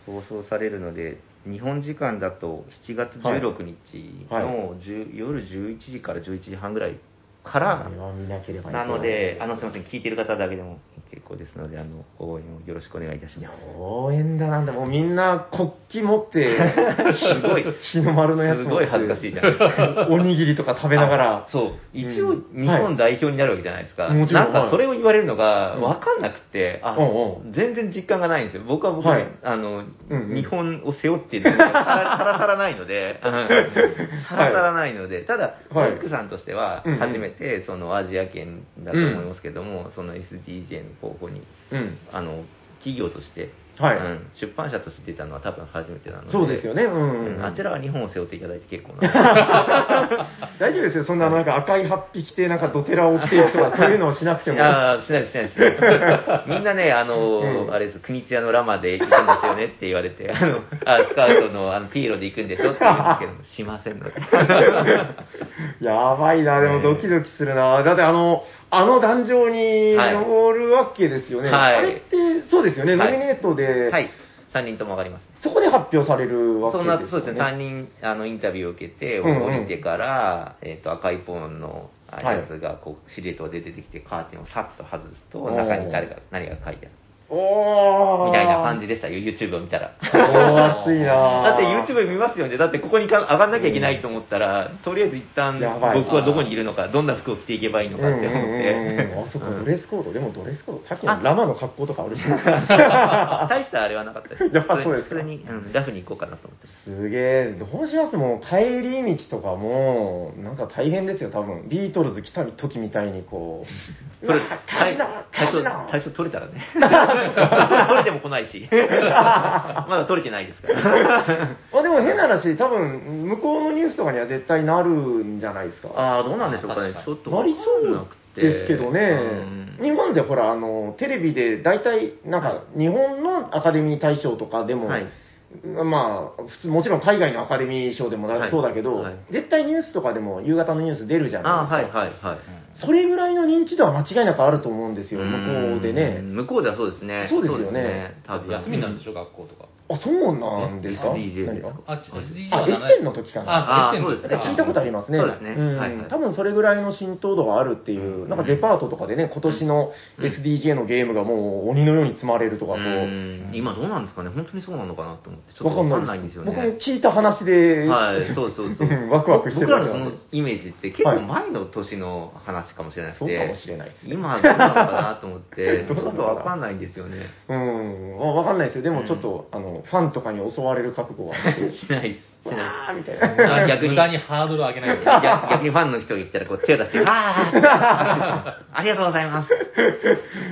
[SPEAKER 3] 放送されるので、日本時間だと7月16日の10夜11時から11時半ぐらいから
[SPEAKER 2] これは見なければいけ
[SPEAKER 3] ないので、あのすみません、聞いてる方だけでも、結構ですので、あの、応援をよろしくお願いいたします。
[SPEAKER 2] 応援だなんだ、もうみんな国旗持って、
[SPEAKER 3] すごい、
[SPEAKER 2] 日の丸のやつ
[SPEAKER 3] すごい恥ずかしいじゃないですか。
[SPEAKER 2] ゃ ん。おにぎりとか食べながら
[SPEAKER 3] あ。そう。一応、
[SPEAKER 2] うん
[SPEAKER 3] 日本代表になるわけじゃないですか。
[SPEAKER 2] はいもちろん
[SPEAKER 3] なんか、それを言われるのが、
[SPEAKER 2] はい
[SPEAKER 3] わかんなくて、あ
[SPEAKER 2] うんう
[SPEAKER 3] 全然実感がないんですよ。僕は僕、
[SPEAKER 2] はい
[SPEAKER 3] あの、
[SPEAKER 2] うんうん
[SPEAKER 3] 日本を背負っているので、さらさらさらない ので、さらさらないので、ただ、ロ
[SPEAKER 2] はい
[SPEAKER 3] ックさんとしては
[SPEAKER 2] うんう、ん
[SPEAKER 3] 初めて、その、アジア圏だと思いますけども、その SDJ の候補に、
[SPEAKER 2] うん。
[SPEAKER 3] あの、企業として、
[SPEAKER 2] はい
[SPEAKER 3] うん出版社として出たのは多分初めてなので、
[SPEAKER 2] そうですよね。う
[SPEAKER 3] うんん。あち
[SPEAKER 2] ら。
[SPEAKER 3] らは日本を背負っていただいて結構な
[SPEAKER 2] 大丈夫ですよ。そんななんか赤いハッピー着て、なんかドテラを着てるとか、そういうのをしなくても。
[SPEAKER 3] ああ、しないです、しない です。みんなね、あの、
[SPEAKER 2] うん
[SPEAKER 3] あれです、国津屋のラマで行くんですよねって言われて、あの、あスカウトのあのピエロで行くんでしょって言うんですけども、しませんので。
[SPEAKER 2] やばいな、でもドキドキするな。だってあの、あの壇上に
[SPEAKER 3] はい
[SPEAKER 2] 登るわけですよね。
[SPEAKER 3] はい
[SPEAKER 2] あれって、そうですよね。ノ
[SPEAKER 3] は
[SPEAKER 2] ミ
[SPEAKER 3] い
[SPEAKER 2] ネートで、
[SPEAKER 3] はい、3人とも上がります。
[SPEAKER 2] そこで発表されるわけ
[SPEAKER 3] そ
[SPEAKER 2] ですよね。
[SPEAKER 3] んな、そうですね、3人、あの、インタビューを受けて、
[SPEAKER 2] うんうん
[SPEAKER 3] 降りてから、えっと、赤いポーンの、あ
[SPEAKER 2] はい
[SPEAKER 3] やつが、こう、シルエットが出てきて、カーテンをさっと外すと、中に誰が、何が書いてある。
[SPEAKER 2] おー。
[SPEAKER 3] みたいな感じでしたよ、YouTube を見たら。
[SPEAKER 2] おー、熱いな。
[SPEAKER 3] だって YouTube 見ますよね。だってここにか上がんなきゃいけないと思ったら、とりあえず一旦
[SPEAKER 2] やばい
[SPEAKER 3] 僕はどこにいるのか、どんな服を着ていけばいいのかって思
[SPEAKER 2] う
[SPEAKER 3] って。
[SPEAKER 2] んうんうんうんあ、そっか、ドレスコード。でもドレスコード、さっき
[SPEAKER 3] あ
[SPEAKER 2] のラマの格好とかあるし。
[SPEAKER 3] 大したあれはなかったです。
[SPEAKER 2] やっぱそうですか
[SPEAKER 3] 普通に、うんラフに行こうかなと思って。
[SPEAKER 2] すげえ、どうしますもう帰り道とかも、なんか大変ですよ、多分。ビートルズ来た時みたいにこ う。うわカジノ
[SPEAKER 3] 最
[SPEAKER 2] カジ
[SPEAKER 3] 初、
[SPEAKER 2] ノ
[SPEAKER 3] 最初取れたら ね。取れても来ないし。まだ取れてないですから。
[SPEAKER 2] あでも変な話、多分、向こうのニュースとかには絶対なるんじゃないですか。
[SPEAKER 3] ああ、どうなんでしょうかね
[SPEAKER 1] あ。確
[SPEAKER 3] ち
[SPEAKER 1] か
[SPEAKER 3] ょ
[SPEAKER 1] に
[SPEAKER 3] っと
[SPEAKER 2] なりそうですけどね
[SPEAKER 3] うん。
[SPEAKER 2] 日本でほら、あの、テレビで大体、なんか、日本のアカデミー大賞とかでも、
[SPEAKER 3] はい
[SPEAKER 2] まあ、普通、もちろん海外のアカデミー賞でも
[SPEAKER 3] はい
[SPEAKER 2] そうだけど、
[SPEAKER 3] はい
[SPEAKER 2] 絶対ニュースとかでも夕方のニュース出るじゃ
[SPEAKER 3] あ
[SPEAKER 2] な
[SPEAKER 3] あ、
[SPEAKER 2] いですか。
[SPEAKER 3] はいはいはい。
[SPEAKER 2] それぐらいの認知度は間違いなくあると思うんですよ、向こうで
[SPEAKER 3] う
[SPEAKER 2] ね。
[SPEAKER 3] ん向こうではそうですね。
[SPEAKER 2] そうですよね
[SPEAKER 3] 多分
[SPEAKER 1] 休みになるんでしょ、学校とか。
[SPEAKER 2] あ、そうなんですか
[SPEAKER 3] SDJ
[SPEAKER 2] 何が
[SPEAKER 3] ですか
[SPEAKER 1] あっち、SDG
[SPEAKER 2] あ、
[SPEAKER 1] は
[SPEAKER 2] エ
[SPEAKER 1] なら
[SPEAKER 2] ッ
[SPEAKER 1] ない
[SPEAKER 2] センの時かな。
[SPEAKER 1] あ、
[SPEAKER 3] あ
[SPEAKER 1] エッセンの時
[SPEAKER 3] そう
[SPEAKER 1] か
[SPEAKER 3] ですね
[SPEAKER 2] 聞いたことありますね。
[SPEAKER 3] そうですね
[SPEAKER 2] ん
[SPEAKER 3] はいはい
[SPEAKER 2] 多分それぐらいの浸透度があるっていう、なんかデパートとかでね、今年の SDJ のゲームがもう鬼のように積まれるとか、こ
[SPEAKER 3] う
[SPEAKER 2] う、
[SPEAKER 3] ん今どうなんですかね、本当にそうなのかなと思って、ちょっ
[SPEAKER 2] わ
[SPEAKER 3] と
[SPEAKER 2] かん
[SPEAKER 3] わかん
[SPEAKER 2] な
[SPEAKER 3] ないいん
[SPEAKER 2] で
[SPEAKER 3] ですすよね。
[SPEAKER 2] 僕も聞いた話で、
[SPEAKER 3] はい、そうそうそう
[SPEAKER 2] うん。 ワクワクしてる
[SPEAKER 3] 僕ら
[SPEAKER 2] だけな
[SPEAKER 3] のそ
[SPEAKER 2] ん
[SPEAKER 3] の
[SPEAKER 2] で
[SPEAKER 3] イメージって結構前の年の話かもしれなくて、
[SPEAKER 2] そうかもしれないですね。
[SPEAKER 3] 今どうなのかなと思って、ち
[SPEAKER 2] どうなのか
[SPEAKER 3] ょ
[SPEAKER 2] な
[SPEAKER 3] っとわかんないんですよね。
[SPEAKER 2] うん、わわかんないですよ。でもちょっと、あの、ファンとかに襲われる覚悟はしてる。
[SPEAKER 3] しないです。しない
[SPEAKER 2] わーみたいな。
[SPEAKER 1] あ
[SPEAKER 3] 逆に
[SPEAKER 1] 無駄にハードルを上げないで。
[SPEAKER 3] 逆逆にファンの人が来たらこう手を 出して、ああ、ありがとうございます。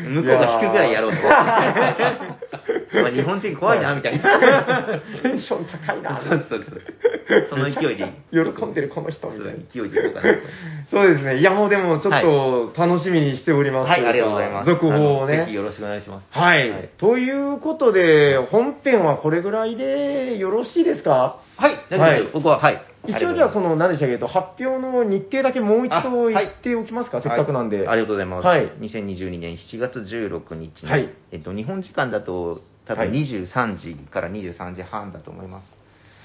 [SPEAKER 3] 向こうが引くぐらい やろうと思って。まあ日本人怖いな、みたい な。
[SPEAKER 2] テンション高いな。
[SPEAKER 3] そうそうそう その勢いで。
[SPEAKER 2] 喜んでるこの人
[SPEAKER 3] そう
[SPEAKER 2] みたいな。
[SPEAKER 3] 勢いでいこうかなと思って。
[SPEAKER 2] そうですね。いや、もうでも、ちょっと楽しみにしております。
[SPEAKER 3] はい、ありがとうございます。
[SPEAKER 2] 続報を
[SPEAKER 3] あのぜひ
[SPEAKER 2] ね。
[SPEAKER 3] よろしくお願いします。
[SPEAKER 2] はい、
[SPEAKER 3] はい
[SPEAKER 2] ということで、本編はこれぐらいでよろしいですか
[SPEAKER 3] はい、大丈夫です。僕は、はい。
[SPEAKER 2] 一応じゃあ、そ
[SPEAKER 3] の、
[SPEAKER 2] の、何でしたっけ、えっと発表の日程だけもう一
[SPEAKER 3] あ
[SPEAKER 2] 度
[SPEAKER 3] はい
[SPEAKER 2] 言っておきますか、せっかくなんで。
[SPEAKER 3] ありがとうございます。
[SPEAKER 2] はい
[SPEAKER 3] 2022年7月16日の、
[SPEAKER 2] はい
[SPEAKER 3] えっと、日本時間だと、多
[SPEAKER 2] はい
[SPEAKER 3] 分23時から23時半だと思います。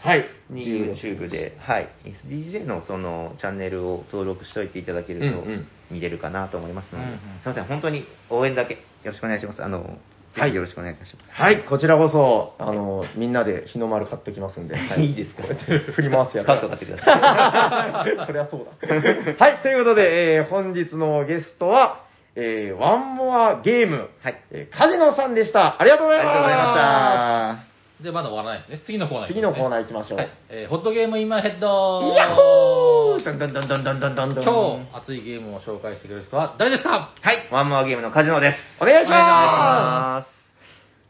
[SPEAKER 2] はい。
[SPEAKER 3] に YouTube で、はい、SDJ のそのチャンネルを登録しておいていただけると
[SPEAKER 2] うんうん
[SPEAKER 3] 見れるかなと思いますので、
[SPEAKER 1] うんうん
[SPEAKER 3] すいません、本当に応援だけよろしくお願いします。あの、
[SPEAKER 2] は
[SPEAKER 3] はいい、よろしくお願いいたします。、
[SPEAKER 2] はい、こちらこそ、あの、みんなで日の丸買ってきますんで。はい
[SPEAKER 3] いですか
[SPEAKER 2] 振り回すやつ
[SPEAKER 3] スカウト買ってください。
[SPEAKER 2] そりゃそうだ。はい、ということで、えー本日のゲストは、えーワンモアゲーム、
[SPEAKER 3] はい。
[SPEAKER 2] えーカジノさんでした。ありがとうご
[SPEAKER 3] あ
[SPEAKER 2] ざいま
[SPEAKER 3] りがとうございまし。
[SPEAKER 2] した
[SPEAKER 1] で、まだ終わらないですね。次のコーナー
[SPEAKER 2] 次のコーナ
[SPEAKER 1] ー
[SPEAKER 2] ー行きましょう。
[SPEAKER 1] はい。えーホットゲーム今ヘッド
[SPEAKER 2] イヤッホーダンダンダンダンダンダンダン
[SPEAKER 1] 今日、熱いゲームを紹介してくれる人は誰ですか
[SPEAKER 3] はい、ワンモアゲームのカジノです。
[SPEAKER 2] お願いし
[SPEAKER 1] お
[SPEAKER 2] ま
[SPEAKER 1] 願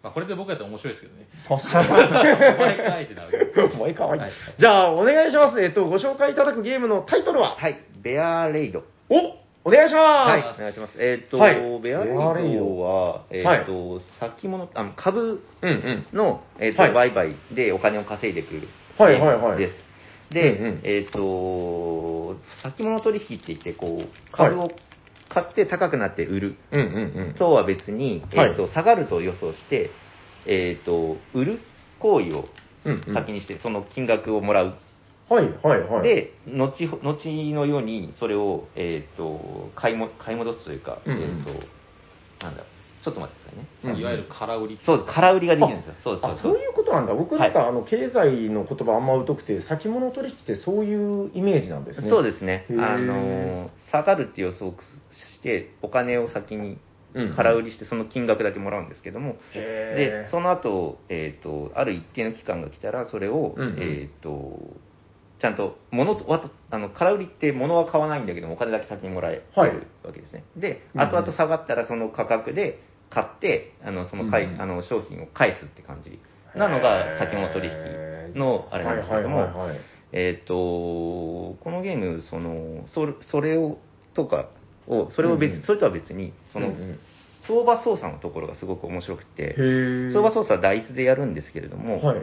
[SPEAKER 1] まあ、これで僕やったら面白いですけどね。
[SPEAKER 2] すおっしゃ
[SPEAKER 1] 毎回ってなるけど
[SPEAKER 2] る。もういいかわいい
[SPEAKER 1] はい。
[SPEAKER 2] じゃあ、お願いします。えっと、ご紹介いただくゲームのタイトルは
[SPEAKER 3] はい、ベアレイド。
[SPEAKER 2] おお願いし
[SPEAKER 3] はい
[SPEAKER 2] ま、
[SPEAKER 3] お願いします。えっ、と、
[SPEAKER 2] はい
[SPEAKER 3] ベアレイドは、
[SPEAKER 2] ベ
[SPEAKER 3] えっ、
[SPEAKER 2] アレイド
[SPEAKER 3] と、先物、あの、株
[SPEAKER 2] す。うんうん。
[SPEAKER 3] の、えっと
[SPEAKER 2] はい
[SPEAKER 3] 売買でお金を稼いでいくる
[SPEAKER 2] はいはいはい
[SPEAKER 3] です。で、
[SPEAKER 2] うんうん
[SPEAKER 3] えっ、と、先物取引って言って、こう、
[SPEAKER 2] はい
[SPEAKER 3] 株を買って高くなって売る
[SPEAKER 2] うんうん
[SPEAKER 3] とは別に、
[SPEAKER 2] はい
[SPEAKER 3] えっと下がると予想して、えっと売る行為を
[SPEAKER 2] うんうん。
[SPEAKER 3] 先にして、その金額をもらう。
[SPEAKER 2] はいはいはい。、
[SPEAKER 3] で、後ほ後のようにそれを、えっと買いも買い戻すというか、
[SPEAKER 2] うんうん
[SPEAKER 3] えっとなんだちょっと待ってくださいね。
[SPEAKER 2] うん
[SPEAKER 1] いわゆる空売り。
[SPEAKER 3] そうです、空売りができるんですよ。そうそう
[SPEAKER 2] あそういうことなんだ、僕なん
[SPEAKER 3] は
[SPEAKER 2] かあの経済の言葉あんま疎くて、先物取引ってそういうイメージなんですね。
[SPEAKER 3] そうですね。
[SPEAKER 2] へー
[SPEAKER 3] あの、下がるっていう予想をして、お金を先に
[SPEAKER 2] うん
[SPEAKER 3] 空売りして、その金額だけもらうんですけども、
[SPEAKER 2] へ
[SPEAKER 3] で、
[SPEAKER 2] ー
[SPEAKER 3] その後、えっ、と、ある一定の期間が来たら、それを、
[SPEAKER 2] うんうん
[SPEAKER 3] えっ、と、ちゃんと物とわたあの空売りって物は買わないんだけどもお金だけ先にもらえる
[SPEAKER 2] はい
[SPEAKER 3] わけですね、で
[SPEAKER 2] うんうん
[SPEAKER 3] 後々下がったらその価格で買ってあのその買い、
[SPEAKER 2] うんうん
[SPEAKER 3] あの商品を返すって感じなのが先物取引のあれなんですけども、
[SPEAKER 2] はいはいはいはい
[SPEAKER 3] えっ、と、このゲーム、その、それそれを、とかを、それを別、
[SPEAKER 2] うんうん
[SPEAKER 3] それとは別に、その、
[SPEAKER 2] うんうん
[SPEAKER 3] 相場操作のところがすごく面白くて、
[SPEAKER 2] へえ
[SPEAKER 3] 相場操作はダイスでやるんですけれども、
[SPEAKER 2] はい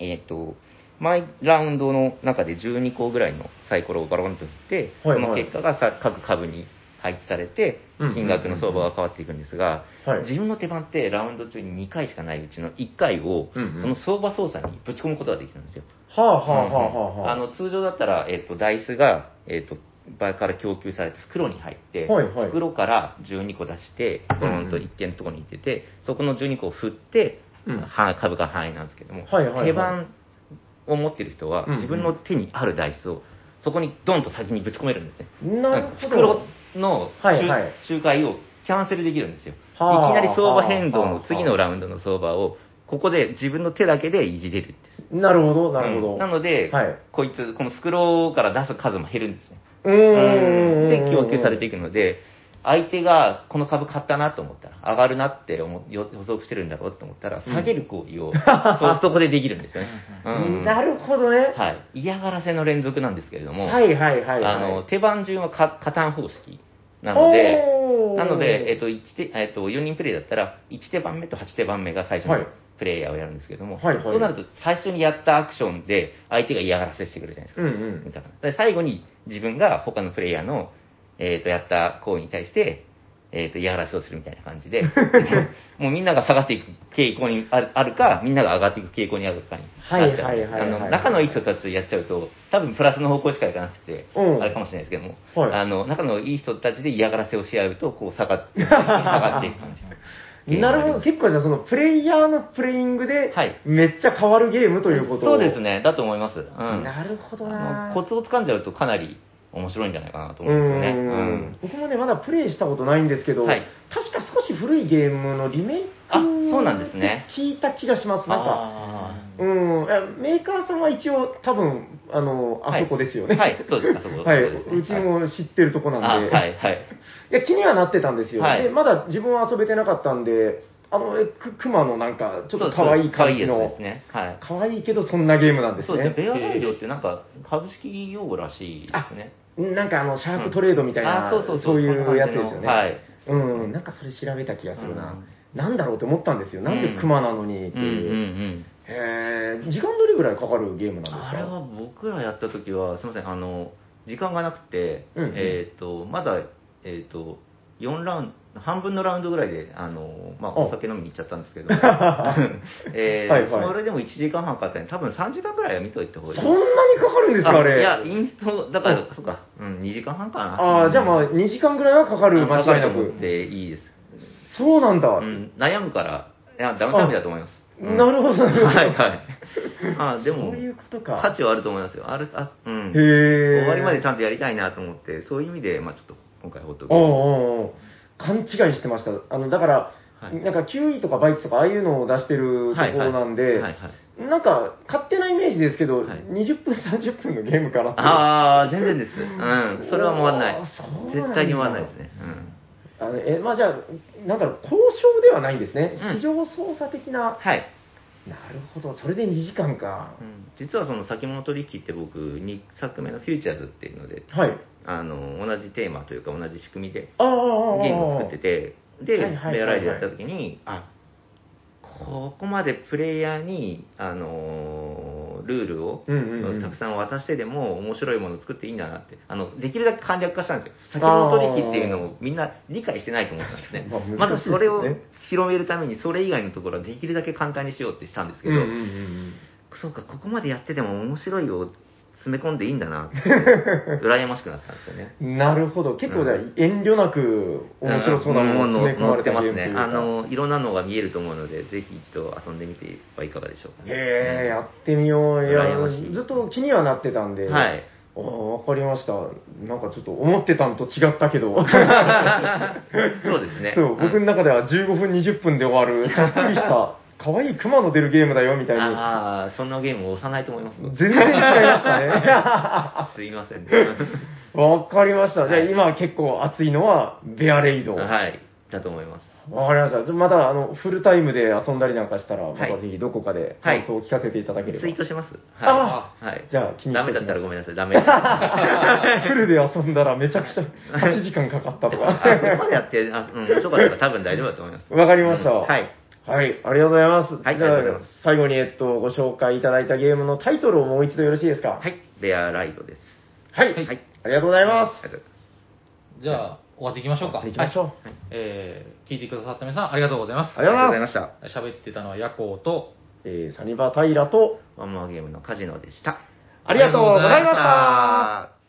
[SPEAKER 3] えっ、と、毎ラウンドの中で12個ぐらいのサイコロをバロンと振って、
[SPEAKER 2] はい
[SPEAKER 3] その
[SPEAKER 2] はい
[SPEAKER 3] 結果がさ各株に配置されて、
[SPEAKER 2] うん
[SPEAKER 3] 金額の相場が変わっていくんですが、
[SPEAKER 2] はい
[SPEAKER 3] 自分の手番ってラウンド中に2回しかないうちの1回を、
[SPEAKER 2] うんうん
[SPEAKER 3] その相場操作にぶち込むことができるんですよ。
[SPEAKER 2] はあはあはあはあ
[SPEAKER 3] あの通常だったら、えっとダイスが、えっと場から供給されて袋に入って、
[SPEAKER 2] はいはい
[SPEAKER 3] 袋から12個出して
[SPEAKER 2] う
[SPEAKER 3] ド
[SPEAKER 2] んうん
[SPEAKER 3] ーンと一点のところに行っててそこの12個を振って、
[SPEAKER 2] うん
[SPEAKER 3] は株が範囲なんですけども、
[SPEAKER 2] はいはいはい
[SPEAKER 3] 手番を持ってる人は、
[SPEAKER 2] うんうん
[SPEAKER 3] 自分の手にあるダイスをそこにドンと先にぶち込めるんですね
[SPEAKER 2] なるほど
[SPEAKER 3] 袋の仲,、
[SPEAKER 2] はいはい
[SPEAKER 3] 仲介をキャンセルできるんですよ、
[SPEAKER 2] はあ
[SPEAKER 3] いきなり相場変動
[SPEAKER 2] はあは
[SPEAKER 3] の
[SPEAKER 2] あ
[SPEAKER 3] 次のラウンドの相場をここで自分の手だけでいじれるっていう
[SPEAKER 2] なるほどなるほど、
[SPEAKER 3] うんなので、
[SPEAKER 2] はい
[SPEAKER 3] こいつ、このスクローから出す数も減るんですね。
[SPEAKER 2] うーん
[SPEAKER 3] で、供給されていくので、相手がこの株買ったなと思ったら、上がるなって思予予測してるんだろうと思ったら、
[SPEAKER 2] うん
[SPEAKER 3] 下げる行 為を、そそこでできるんですよね。うん
[SPEAKER 2] なるほどね
[SPEAKER 3] はい。嫌がらせの連続なんですけれども、
[SPEAKER 2] はいはいはいはい
[SPEAKER 3] あの手番順はか加担方式なので、
[SPEAKER 2] おー
[SPEAKER 3] なので、えっと一手えっと4人プレイだったら、1手番目と8手番目が最初
[SPEAKER 2] は
[SPEAKER 3] の
[SPEAKER 2] い
[SPEAKER 3] プレイヤーをやるんですけども、
[SPEAKER 2] はいはい
[SPEAKER 3] そうなると最初にやったアクションで相手が嫌がらせしてくるじゃないですか。
[SPEAKER 2] うんうん
[SPEAKER 3] だからで最後に自分が他のプレイヤーの、えっとやった行為に対して、えっと嫌がらせをするみたいな感 じで、もうみんなが下がっていく傾向にあるあるか、みんなが上がっていく傾向にあるかに
[SPEAKER 2] はい
[SPEAKER 3] なっちゃうんです
[SPEAKER 2] はいはいはい
[SPEAKER 3] あの仲のいい人たちとやっちゃうと、多分プラスの方向しかいかなくて、
[SPEAKER 2] うん
[SPEAKER 3] あれかもしれないですけども、
[SPEAKER 2] はい
[SPEAKER 3] あの仲のいい人たちで嫌がらせをし合うと、こう下 がって、下がっていく感じ。
[SPEAKER 2] なるほど結構じゃあそのプレイヤーのプレイングで、
[SPEAKER 3] はい
[SPEAKER 2] めっちゃ変わるゲームということ
[SPEAKER 3] そうです
[SPEAKER 2] ね、
[SPEAKER 3] ね、だと思います。うん、
[SPEAKER 2] なるほど
[SPEAKER 3] あ
[SPEAKER 2] な
[SPEAKER 3] のコツを掴んじゃうとかなり面白いんじゃないかなと思うんですよね。
[SPEAKER 2] うーん
[SPEAKER 3] うん
[SPEAKER 2] 僕もね、まだプレイしたことないんですけど、
[SPEAKER 3] はい
[SPEAKER 2] 確か少し古いゲームのリメイク
[SPEAKER 3] あそうなんですね
[SPEAKER 2] って聞いた気がします、なんか。
[SPEAKER 3] あ
[SPEAKER 2] うん、えメーカーさんは一応、多分あの、あそこですよね。
[SPEAKER 3] はいはいそうですあそ こ
[SPEAKER 2] はい、
[SPEAKER 3] そうですね
[SPEAKER 2] うちも知ってるとこ
[SPEAKER 3] ー
[SPEAKER 2] な
[SPEAKER 3] あ
[SPEAKER 2] んで、
[SPEAKER 3] はいはい。
[SPEAKER 2] いや気にはなってたんですよ、
[SPEAKER 3] はい
[SPEAKER 2] でまだ自分は遊べてなかったんで、あのえく熊のなんか、ちょっと可愛い感じ
[SPEAKER 3] そう
[SPEAKER 2] の
[SPEAKER 3] です可愛いやつです、ね。はい。
[SPEAKER 2] 可愛いけど、そんなゲームなんです
[SPEAKER 3] そうですね。
[SPEAKER 2] ね。
[SPEAKER 3] ベアガイドってなんか株式用語らしいですね。
[SPEAKER 2] なんかあのシャークトレードみたいな、
[SPEAKER 3] うんあそうそうそう
[SPEAKER 2] いうやつですよ
[SPEAKER 3] そ
[SPEAKER 2] ね。
[SPEAKER 3] んな感じのはい
[SPEAKER 2] うん、なんかそれ調べた気がする
[SPEAKER 3] う
[SPEAKER 2] な。
[SPEAKER 3] ん
[SPEAKER 2] なんだろうって思ったんですよ。なんで熊なのにって
[SPEAKER 3] うんうん
[SPEAKER 2] いう。
[SPEAKER 3] うん。
[SPEAKER 2] へー時間どれぐらいかかるゲームなん
[SPEAKER 3] あれ
[SPEAKER 2] ですか
[SPEAKER 3] は僕らやった時は、すみません、あの、時間がなくて、
[SPEAKER 2] うんうん
[SPEAKER 3] えっ、と、まだ、えっ、と、4ラウンド、半分のラウンドぐらいで、あの、まあ、
[SPEAKER 2] お
[SPEAKER 3] お酒飲みに行っちゃったんで すけど、えー
[SPEAKER 2] はいはい
[SPEAKER 3] それでも1時間半かかったんで、多分3時間ぐらいは見といた方がいい。
[SPEAKER 2] そんなにかかるんですか、あれ。
[SPEAKER 3] いや、インスト、だから、そうか、うん、2時間半かな。
[SPEAKER 2] あーじゃあま
[SPEAKER 3] あ、
[SPEAKER 2] あ、2時間ぐらいはかかる、間違いな
[SPEAKER 3] 高と思
[SPEAKER 2] く
[SPEAKER 3] っ。ていいです。
[SPEAKER 2] そうなんだ。
[SPEAKER 3] うん、悩むから、いや、ダメダメだと思います。うん
[SPEAKER 2] なるほど、なるほど。
[SPEAKER 3] はいはい。あーでも、
[SPEAKER 2] そういうことか。
[SPEAKER 3] 価値はあると思いますよ。ある、あ、うん。
[SPEAKER 2] へー
[SPEAKER 3] 終わりまでちゃんとやりたいなと思って、そういう意味で、まあちょっと今回ほっとく。
[SPEAKER 2] おうおうおう勘違いしてました。あの、だから、
[SPEAKER 3] はい
[SPEAKER 2] なんか9位とかバイトとかああいうのを出してるとこ
[SPEAKER 3] はいはい
[SPEAKER 2] ろなんで、
[SPEAKER 3] はいはい
[SPEAKER 2] なんか勝手なイメージですけど、
[SPEAKER 3] はい
[SPEAKER 2] 20分30分のゲームかなって
[SPEAKER 3] ああ、全然です。うん。それは終わんない
[SPEAKER 2] おーそうなんだ。
[SPEAKER 3] 絶対に終わんないですね。うん。
[SPEAKER 2] あのえまあじゃあなんだろう交渉ではないんですね、
[SPEAKER 3] うん
[SPEAKER 2] 市場操作的な、
[SPEAKER 3] はい。
[SPEAKER 2] なるほどそれで2時間か
[SPEAKER 3] う、ん実はその先物取引って僕、2作目のフューチャーズっていうので、
[SPEAKER 2] はい
[SPEAKER 3] あの、同じテーマというか同じ仕組みで
[SPEAKER 2] ああ
[SPEAKER 3] ゲ
[SPEAKER 2] ああ
[SPEAKER 3] ームを作ってて、で、
[SPEAKER 2] はい
[SPEAKER 3] レ
[SPEAKER 2] はいはいはい
[SPEAKER 3] アライドやった時に、あ、ここまでプレイヤーに、あのールールを
[SPEAKER 2] うんうんうん
[SPEAKER 3] たくさん渡してでも面白いものを作っていいんだなって、あの、できるだけ簡略化したんですよ。先物取引っていうのをみんな理解してないと思ったんですね
[SPEAKER 2] まあ難しい。ですね
[SPEAKER 3] まずそれを広めるために、それ以外のところはできるだけ簡単にしようってしたんですけ
[SPEAKER 2] う
[SPEAKER 3] ど、
[SPEAKER 2] んうんうんうん
[SPEAKER 3] そうか、ここまでやってても面白いを詰め込んでいいんだ なって、羨ましくなったんですよね。
[SPEAKER 2] なるほど。結構じゃあ遠慮なく面白そうなものを詰め込まれた
[SPEAKER 3] う
[SPEAKER 2] ゲームと
[SPEAKER 3] ん載ってます
[SPEAKER 2] いう
[SPEAKER 3] ね。
[SPEAKER 2] か
[SPEAKER 3] あの、いろんなのが見えると思うので、ぜひ一度遊んでみてはいかがでしょうか、ね。
[SPEAKER 2] へえ、やってみよう。いや
[SPEAKER 3] 羨ましい、
[SPEAKER 2] ずっと気にはなってたんで。
[SPEAKER 3] はい。
[SPEAKER 2] ああ、わかりました。なんかちょっと思ってたんと違ったけど。
[SPEAKER 3] そうですね。
[SPEAKER 2] そう、僕の
[SPEAKER 3] ん
[SPEAKER 2] 中では15分、20分で終わる、ざっくりした、可愛い熊の出るゲームだよ、みたいに。
[SPEAKER 3] ああ、そんなゲームを押さないと思います。
[SPEAKER 2] 全然違いましたね。
[SPEAKER 3] すいません、ね。
[SPEAKER 2] わかりました。じゃあ今結構熱いのは、ベアレイド。わか
[SPEAKER 3] はい。だと思います。
[SPEAKER 2] りました。じゃあまた、あの、フルタイムで遊んだりなんかしたら、また
[SPEAKER 3] はい
[SPEAKER 2] ぜひどこかで
[SPEAKER 3] はい
[SPEAKER 2] 感想を聞かせていただければ。
[SPEAKER 3] ツイートします。
[SPEAKER 2] あ
[SPEAKER 3] い。はい。
[SPEAKER 2] じゃあ気にし
[SPEAKER 3] ダ
[SPEAKER 2] て
[SPEAKER 3] メ
[SPEAKER 2] おきます
[SPEAKER 3] だったらごめんなさい。ダメ。あ
[SPEAKER 2] フルで遊んだらめちゃくちゃ8時間かかったと
[SPEAKER 3] ここ
[SPEAKER 2] か。
[SPEAKER 3] までやって、あ、うん、面白かったから多分大丈夫だと思います。
[SPEAKER 2] わかりました。
[SPEAKER 3] はい。
[SPEAKER 2] はい、ありがとうございます。
[SPEAKER 3] はい
[SPEAKER 2] じゃあ
[SPEAKER 3] ありがとうございます
[SPEAKER 2] 最後に、えっと、ご紹介いただいたゲームのタイトルをもう一度よろしいですか
[SPEAKER 3] はい。ベアライドです。
[SPEAKER 2] はい。
[SPEAKER 1] はい
[SPEAKER 3] はい
[SPEAKER 2] ありがとうございま
[SPEAKER 3] ありがとうござい
[SPEAKER 2] す。
[SPEAKER 3] ます。
[SPEAKER 1] じゃあ、終わっていきましょうか。
[SPEAKER 2] 行きましょう。
[SPEAKER 1] はいえー聞いてくださった皆さん、ありがとうございます。
[SPEAKER 2] ありがとうございます
[SPEAKER 3] した。
[SPEAKER 1] 喋ってたのは夜行と、
[SPEAKER 2] えーサニバタイラと、
[SPEAKER 3] ワンマンゲームのカジノでした。
[SPEAKER 2] ありがとうございました。
[SPEAKER 3] あー